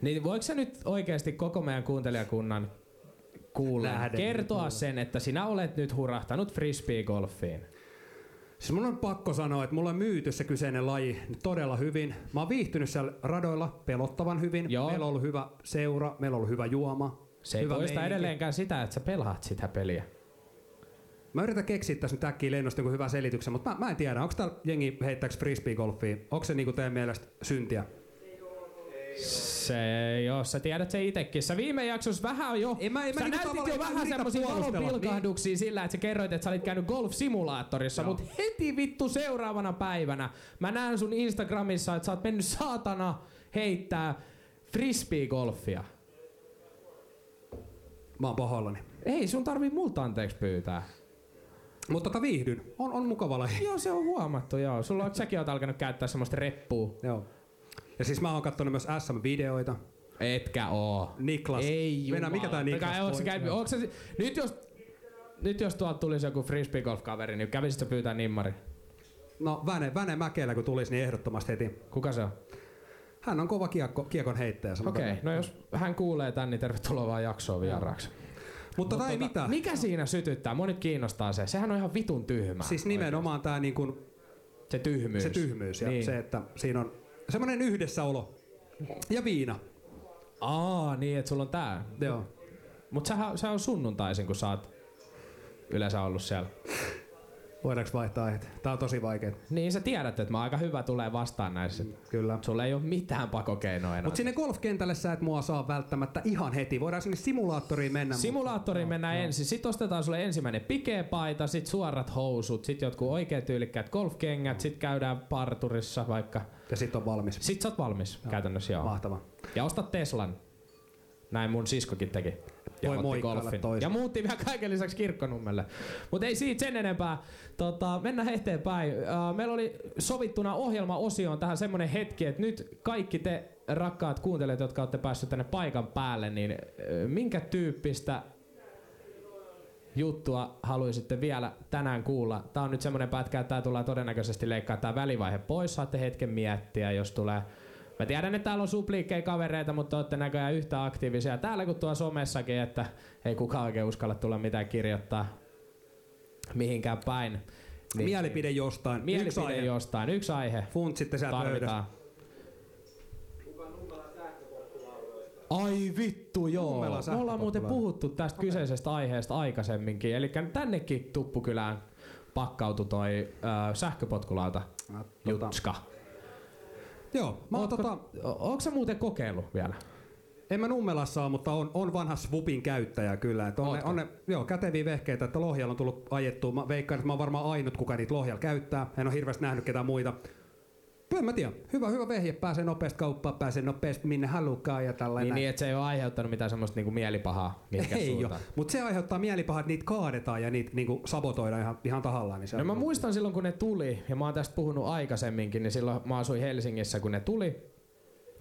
Speaker 4: Niin voiko sä nyt oikeasti koko meidän kuuntelijakunnan kuulla
Speaker 5: Lähden
Speaker 4: kertoa sen, että sinä olet nyt hurahtanut frisbeegolfiin?
Speaker 5: Siis mun on pakko sanoa, että mulla on myyty se kyseinen laji todella hyvin. Mä oon viihtynyt siellä radoilla pelottavan hyvin.
Speaker 4: Joo.
Speaker 5: Meillä on ollut hyvä seura, meillä on ollut hyvä juoma.
Speaker 4: Se ei
Speaker 5: hyvä
Speaker 4: poista
Speaker 5: meininki.
Speaker 4: edelleenkään sitä, että sä pelaat sitä peliä.
Speaker 5: Mä yritän keksiä tässä nyt äkkiä lennosta jonkun hyvän selityksen, mutta mä, mä en tiedä, onko täällä jengi heittääks frisbeegolfia? Onko se niinku teidän mielestä syntiä?
Speaker 4: Se ei oo, sä tiedät se itekin. Sä viime jaksossa vähän jo,
Speaker 5: En mä- en mä
Speaker 4: sä
Speaker 5: niinku
Speaker 4: näytit
Speaker 5: tavallaan-
Speaker 4: jo
Speaker 5: mä en
Speaker 4: vähän
Speaker 5: yritä niin-
Speaker 4: semmosia
Speaker 5: puolustella.
Speaker 4: valonpilkahduksia sillä, että sä kerroit, että sä olit käynyt golf-simulaattorissa, mutta heti vittu seuraavana päivänä mä näen sun Instagramissa, että sä oot mennyt saatana heittää frisbee-golfia.
Speaker 5: Mä oon pahoillani.
Speaker 4: Ei, sun tarvii multa anteeksi pyytää.
Speaker 5: Mutta tota viihdyn. On, on
Speaker 4: [laughs]
Speaker 5: mukava laji.
Speaker 4: Joo, se on huomattu, joo. Sulla on, säkin oot alkanut käyttää semmoista reppua.
Speaker 5: Joo. Ja siis mä oon kattonut myös SM-videoita.
Speaker 4: Etkä oo.
Speaker 5: Niklas.
Speaker 4: Ei jumala.
Speaker 5: Mennä, mikä tää Niklas
Speaker 4: Kai, oot sä
Speaker 5: pois?
Speaker 4: käynyt, oot sä, nyt jos, nyt jos tuolta tulisi joku frisbeegolf-kaveri, niin kävisit sä pyytää nimmari?
Speaker 5: No Väne, Väne Mäkelä kun tulisi, niin ehdottomasti heti.
Speaker 4: Kuka se on?
Speaker 5: Hän on kova kiekko, kiekon heittäjä. sanotaan.
Speaker 4: Okei, okay, no jos hän kuulee tän, niin tervetuloa vaan jaksoon vieraaksi. Tuota,
Speaker 5: Mutta tai mitä?
Speaker 4: tota, Mikä siinä sytyttää? Mua nyt kiinnostaa se. Sehän on ihan vitun tyhmä.
Speaker 5: Siis nimenomaan tämä niinku,
Speaker 4: se tyhmyys.
Speaker 5: se tyhmyys ja
Speaker 4: niin.
Speaker 5: niin. se, että siinä on semmoinen yhdessäolo. Ja viina.
Speaker 4: Aa, niin että sulla on tää.
Speaker 5: Joo.
Speaker 4: Mut sähän, sä on sunnuntaisin, kun sä oot yleensä ollut siellä.
Speaker 5: Voidaanko vaihtaa aiheet? Tää on tosi vaikea.
Speaker 4: Niin sä tiedät, että mä oon aika hyvä tulee vastaan näissä.
Speaker 5: Kyllä.
Speaker 4: Sulla ei ole mitään pakokeinoa enää.
Speaker 5: Mutta sinne golfkentälle sä et mua saa välttämättä ihan heti. Voidaan sinne simulaattoriin mennä.
Speaker 4: Simulaattoriin mennään ensin, sit ostetaan sulle ensimmäinen pikepaita, sit suorat housut, sit jotkut oikeat tyylikkäät golfkengät, sit käydään parturissa vaikka.
Speaker 5: mut- Ja sit on valmis.
Speaker 4: Sit sä oot valmis no. käytännössä joo.
Speaker 5: Mahtava.
Speaker 4: Ja osta Teslan. Näin mun siskokin teki. Ja
Speaker 5: Voi
Speaker 4: otti
Speaker 5: moikkailla
Speaker 4: golfin.
Speaker 5: toisille.
Speaker 4: Ja muutti vielä kaiken lisäksi kirkkonummelle. Mutta ei siitä sen enempää. Tota, mennään eteenpäin. Äh, meillä oli sovittuna ohjelmaosioon tähän semmonen hetki, että nyt kaikki te rakkaat kuuntelijat, jotka olette päässyt tänne paikan päälle, niin äh, minkä tyyppistä juttua haluaisitte vielä tänään kuulla. Tää on nyt semmonen pätkä, että tää tullaan todennäköisesti leikkaa tää välivaihe pois. Saatte hetken miettiä, jos tulee. Mä tiedän, että täällä on supliikkejä kavereita, mutta olette näköjään yhtä aktiivisia täällä kuin tuolla somessakin, että ei kukaan oikein uskalla tulla mitään kirjoittaa mihinkään päin.
Speaker 5: Niin. Mielipide jostain.
Speaker 4: mielipide
Speaker 5: Yksi aihe.
Speaker 4: jostain. Yksi aihe.
Speaker 5: Funt sitten sieltä pöydästä.
Speaker 4: Tarvitaan. Ai vittu, joo.
Speaker 5: Nummela
Speaker 4: Me ollaan muuten
Speaker 5: sähköpotkulainen.
Speaker 4: puhuttu tästä okay. kyseisestä aiheesta aikaisemminkin. Eli tännekin Tuppukylään pakkautui toi äh, sähköpotkulauta.
Speaker 5: Ah, tota.
Speaker 4: Jutska.
Speaker 5: Joo. Mä oon
Speaker 4: Ootko-
Speaker 5: tota,
Speaker 4: o- Ootko sä muuten kokeillut vielä?
Speaker 5: en mä Nummelassa ole, mutta on, on vanha Swupin käyttäjä kyllä. Et on, ne,
Speaker 4: Ootko?
Speaker 5: on ne, joo, käteviä vehkeitä, että Lohjalla on tullut ajettua. Mä veikkaan, että mä oon varmaan ainut, kuka niitä Lohjalla käyttää. En ole hirveästi nähnyt ketään muita. Mut En mä tiedä. Hyvä, hyvä vehje. Pääsee nopeasti kauppaan, pääsee nopeasti minne halukaan ja
Speaker 4: Niin,
Speaker 5: tällainen.
Speaker 4: niin, että se ei ole aiheuttanut mitään semmoista niinku mielipahaa. mihinkään
Speaker 5: Ei
Speaker 4: suuntaan.
Speaker 5: ole, mutta se aiheuttaa mielipahaa, että niitä kaadetaan ja niitä niinku sabotoidaan ihan, ihan tahallaan. Niin se
Speaker 4: No
Speaker 5: on-
Speaker 4: mä muistan silloin, kun ne tuli, ja mä oon tästä puhunut aikaisemminkin, niin silloin mä asuin Helsingissä, kun ne tuli.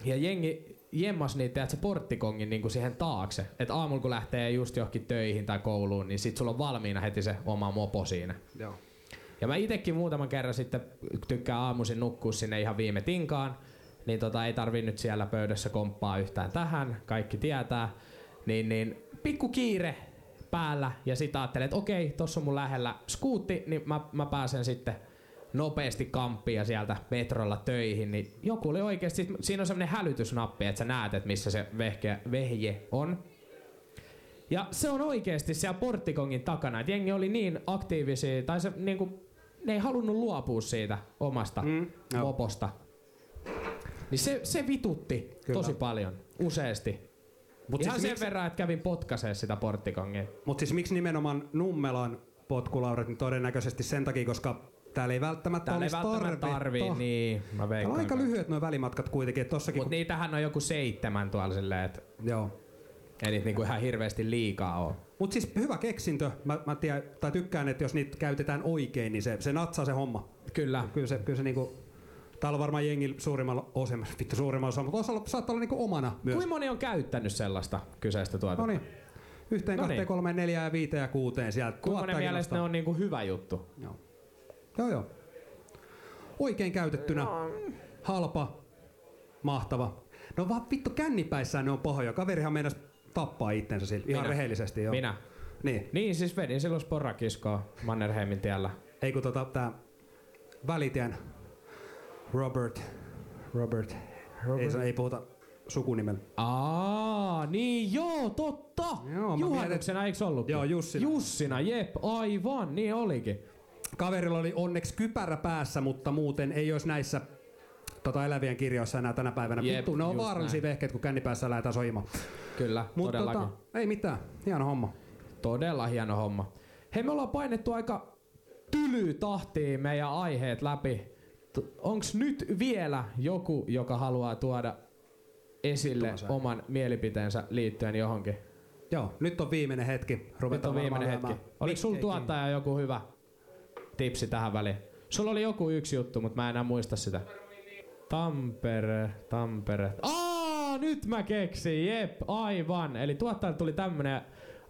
Speaker 4: Ja jengi jemmas niitä, että se porttikongin niin kuin siihen taakse. Että aamulla kun lähtee just johonkin töihin tai kouluun, niin sit sulla on valmiina heti se oma mopo siinä.
Speaker 5: Joo.
Speaker 4: Ja mä itekin muutaman kerran sitten tykkään aamuisin nukkua sinne ihan viime tinkaan. niin tota, ei tarvi nyt siellä pöydässä komppaa yhtään tähän, kaikki tietää. Niin, niin pikku kiire päällä ja sit ajattelin, että okei, tossa on mun lähellä skuutti, niin mä, mä pääsen sitten nopeasti kamppia sieltä metrolla töihin, niin joku oli oikeasti, siinä on semmonen hälytysnappi, että sä näet, että missä se vehke, vehje on. Ja se on oikeasti siellä porttikongin takana, että jengi oli niin aktiivisia, tai se niinku, ne ei halunnut luopua siitä omasta mm,
Speaker 5: joo.
Speaker 4: moposta. Niin se, se vitutti Kyllä.
Speaker 5: Kyllä.
Speaker 4: tosi paljon, useasti.
Speaker 5: Mut
Speaker 4: Mut Ihan
Speaker 5: siis
Speaker 4: sen
Speaker 5: miksi-
Speaker 4: verran, että kävin potkaseen sitä porttikongia.
Speaker 5: Mutta siis miksi nimenomaan Nummelan potkulaudat, niin todennäköisesti sen takia, koska täällä ei välttämättä
Speaker 4: Täällä ei
Speaker 5: olisi
Speaker 4: välttämättä tarvii,
Speaker 5: tarvetta.
Speaker 4: niin mä
Speaker 5: Täällä on
Speaker 4: veikkaan.
Speaker 5: aika lyhyet nuo välimatkat kuitenkin, että tossakin
Speaker 4: Mut niin-
Speaker 5: kun...
Speaker 4: niitähän on joku seitsemän tuolla silleen, että
Speaker 5: Joo.
Speaker 4: ei niitä niinku ihan hirveästi liikaa oo.
Speaker 5: Mut siis hyvä keksintö. Mä, mä tiedän, tai tykkään, että jos niitä käytetään oikein, niin se, se natsaa se homma.
Speaker 4: Kyllä.
Speaker 5: Kyllä se, kyllä se niinku... Täällä on varmaan jengi suurimmalla osalla, vittu suurimmalla osalla, mutta osalla saattaa olla niinku omana myös.
Speaker 4: Kuinka moni on käyttänyt sellaista kyseistä tuotetta?
Speaker 5: No niin. Yhteen,
Speaker 4: Noniin.
Speaker 5: kahteen, kolmeen, neljään, ja viiteen ja kuuteen sieltä.
Speaker 4: No Kuinka monen
Speaker 5: Tuottajakin
Speaker 4: mielestä ne
Speaker 5: nostaa.
Speaker 4: on niinku hyvä juttu?
Speaker 5: Joo. Joo, joo. Oikein käytettynä. Halpa. Mahtava. No vaan vittu kännipäissään ne on pahoja. Kaverihan meinas tappaa itsensä sillä. Ihan
Speaker 4: Minä?
Speaker 5: rehellisesti joo.
Speaker 4: Minä.
Speaker 5: Niin.
Speaker 4: Niin, siis vedin silloin sporakiskoa Mannerheimin tiellä.
Speaker 5: Ei kun tota tää välitien Robert. Robert. Robert. Ei, se- ei puhuta sukunimellä.
Speaker 4: Aa, niin joo, totta!
Speaker 5: Joo, mä
Speaker 4: Juhannuksena eiks ollutkin?
Speaker 5: Joo, Jussina.
Speaker 4: Jussina, jep, aivan, niin olikin.
Speaker 5: Kaverilla oli onneksi kypärä päässä, mutta muuten ei olisi näissä tota, elävien kirjoissa enää tänä päivänä.
Speaker 4: Jep,
Speaker 5: Vittu, ne on
Speaker 4: just
Speaker 5: vaarallisia
Speaker 4: näin.
Speaker 5: vehkeet, kun kännipäässä lähetään soimaan.
Speaker 4: Kyllä,
Speaker 5: Mutta
Speaker 4: todellakin.
Speaker 5: tota, ei mitään. Hieno homma.
Speaker 4: Todella hieno homma. Hei, me ollaan painettu aika tyly tahtiin meidän aiheet läpi. T- Onks nyt vielä joku, joka haluaa tuoda esille
Speaker 5: Tuossa.
Speaker 4: oman mielipiteensä liittyen johonkin?
Speaker 5: Joo, nyt on viimeinen hetki.
Speaker 4: Nyt on
Speaker 5: Ruvetaan
Speaker 4: viimeinen
Speaker 5: varmaan
Speaker 4: hetki.
Speaker 5: lyömään.
Speaker 4: Oliko tuota- sulla
Speaker 5: Mikkejä
Speaker 4: tuottaja joku hyvä tipsi tähän väliin? Sulla oli joku yksi juttu, mutta mä en enää muista sitä. Tampere, Tampere. Aa, nyt mä keksin, jep, aivan. Eli tuottajalta tuli tämmönen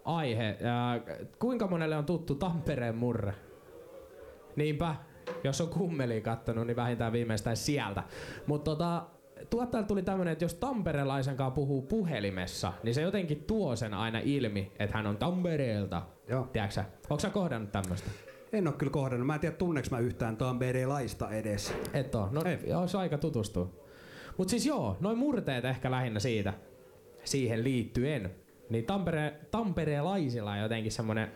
Speaker 4: aihe. Ää, kuinka monelle on tuttu Tampereen murre? Niinpä, jos on kummeli kattonut, niin vähintään viimeistään sieltä. Mutta tota, tuottajalta tuli tämmönen, että jos tamperelaisenkaan puhuu puhelimessa, niin se jotenkin tuo sen aina ilmi, että hän on Tampereelta.
Speaker 5: Joo.
Speaker 4: Tiedätkö sä? Onko sä kohdannut tämmöstä?
Speaker 5: kiinni. En ole kyllä kohdannut. Mä en tiedä, tunneks mä yhtään Tamperelaista edes.
Speaker 4: Et oo. No
Speaker 5: Ei.
Speaker 4: olisi aika tutustua. Mut siis joo, noin murteet ehkä lähinnä siitä, siihen liittyen. Niin Tampere, tampereelaisilla on jotenkin semmonen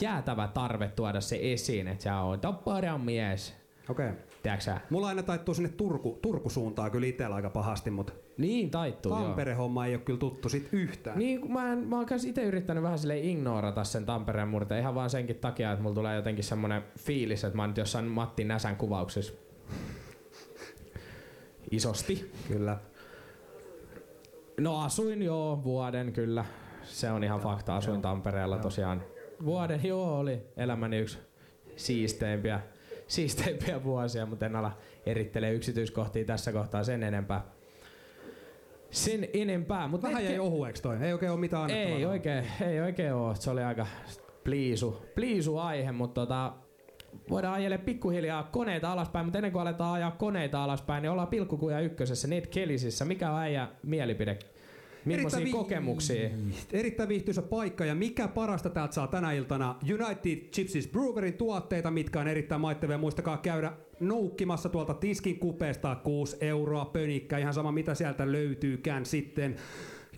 Speaker 4: jäätävä tarve tuoda se esiin, että sä oot Tampereen mies.
Speaker 5: Okei. Okay.
Speaker 4: Tiedätkö sä?
Speaker 5: Mulla aina taittuu sinne Turku, Turku-suuntaan kyllä itsellä aika pahasti, mutta
Speaker 4: Niin taittuu joo.
Speaker 5: Tampere-homma ei ole kyllä tuttu sit yhtään.
Speaker 4: Niin, kun mä, en, mä oon kans ite yrittänyt vähän sille ignorata sen Tampereen murteen ihan vaan senkin takia, että mulla tulee jotenkin semmonen fiilis, että mä oon nyt jossain Matti Näsän kuvauksessa. Isosti.
Speaker 5: Kyllä.
Speaker 4: No asuin joo vuoden kyllä. Se on ihan fakta. Asuin Tampereella tosiaan. Vuoden joo oli elämäni yksi siisteimpiä, siisteimpiä vuosia, mutta en ala erittele yksityiskohtia tässä kohtaa sen enempää. Sen enempää. Mut
Speaker 5: Vähän
Speaker 4: netke-
Speaker 5: jäi ohueksi toi. Ei oikein ole mitään annettavaa.
Speaker 4: ei oikein, ei oikein oo. Se oli aika pliisu, pliisu aihe, mutta tota, voidaan ajelle pikkuhiljaa koneita alaspäin, mutta ennen kuin aletaan ajaa koneita alaspäin, niin ollaan pilkkukuja ykkösessä, Ned Kelisissä. Mikä on äijä mielipide? Millaisia
Speaker 5: Erittäin
Speaker 4: kokemuksia?
Speaker 5: viihty- Erittäin viihtyisä paikka ja mikä parasta täältä saa tänä iltana United Gypsies Brewerin tuotteita, mitkä on erittäin maittavia. Muistakaa käydä noukkimassa tuolta tiskin kupeesta 6 euroa pönikkä, ihan sama mitä sieltä löytyykään sitten.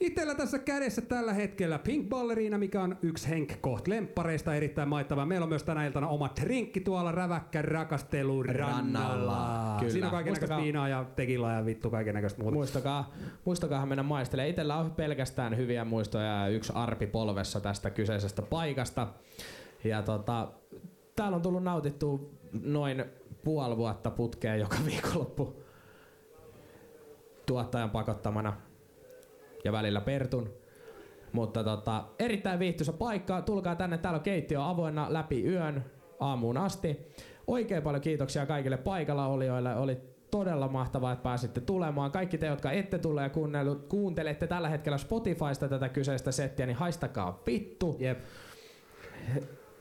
Speaker 5: Itellä tässä kädessä tällä hetkellä Pink Ballerina, mikä on yksi Henk Koht lemppareista erittäin maittava. Meillä on myös tänä iltana oma drinkki tuolla räväkkä rakastelu rannalla.
Speaker 4: Rannalla, kyllä.
Speaker 5: Siinä on kaikennäköistä
Speaker 4: Muistakaa-
Speaker 5: viinaa ja tekilaa ja vittu kaikennäköistä muuta.
Speaker 4: Muistakaa, muistakaahan mennä maistelemaan. Itellä on pelkästään hyviä muistoja ja yksi arpi polvessa tästä kyseisestä paikasta. Ja tota, täällä on tullut nautittua noin puoli vuotta putkeen joka viikonloppu tuottajan pakottamana ja välillä Pertun. Mutta tota, erittäin viihtyisä paikka. Tulkaa tänne. Täällä on keittiö avoinna läpi yön aamuun asti. Oikein paljon kiitoksia kaikille paikalla olijoille. Oli todella mahtavaa, että pääsitte tulemaan. Kaikki te, jotka ette tule ja kuunnellut- kuuntelette tällä hetkellä Spotifysta tätä kyseistä settiä, niin haistakaa vittu.
Speaker 5: Jep.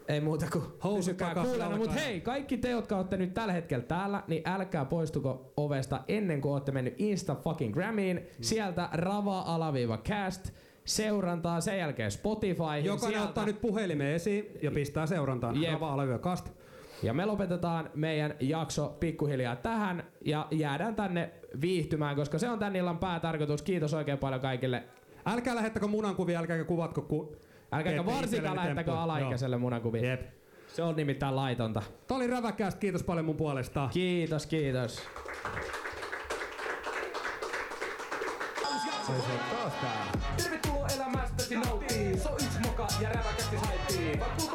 Speaker 4: Ei muuta kuin
Speaker 5: Housut
Speaker 4: pysykää
Speaker 5: takaisin
Speaker 4: kuulana. Mutta
Speaker 5: jalkaan.
Speaker 4: hei, kaikki te, jotka olette nyt tällä hetkellä täällä, niin älkää poistuko ovesta ennen kuin olette mennyt Insta fucking Grammyin.
Speaker 5: Mm.
Speaker 4: Sieltä rava alaviiva cast. Seurantaa sen jälkeen Spotify.
Speaker 5: Jokainen
Speaker 4: sieltä.
Speaker 5: ottaa nyt puhelimen esiin ja pistää seurantaan.
Speaker 4: Jep.
Speaker 5: Jep. Ravaa ala kast.
Speaker 4: Ja me lopetetaan meidän jakso pikkuhiljaa tähän ja jäädään tänne viihtymään, koska se on tän illan päätarkoitus. Kiitos oikein paljon kaikille.
Speaker 5: Älkää lähettäkö munankuvia, älkääkä kuvatko ku...
Speaker 4: Älkääkä
Speaker 5: teette
Speaker 4: varsinkaan
Speaker 5: itselleni
Speaker 4: lähettäkö
Speaker 5: temppuja.
Speaker 4: alaikäiselle munakuvia.
Speaker 5: Joo. Jep.
Speaker 4: Se on nimittäin laitonta.
Speaker 5: Tää oli räväkäästä, kiitos paljon mun puolesta.
Speaker 4: Kiitos, kiitos. Tervetuloa elämästäsi nauttiin. Se on yksi moka ja räväkästi haettiin. Vaikka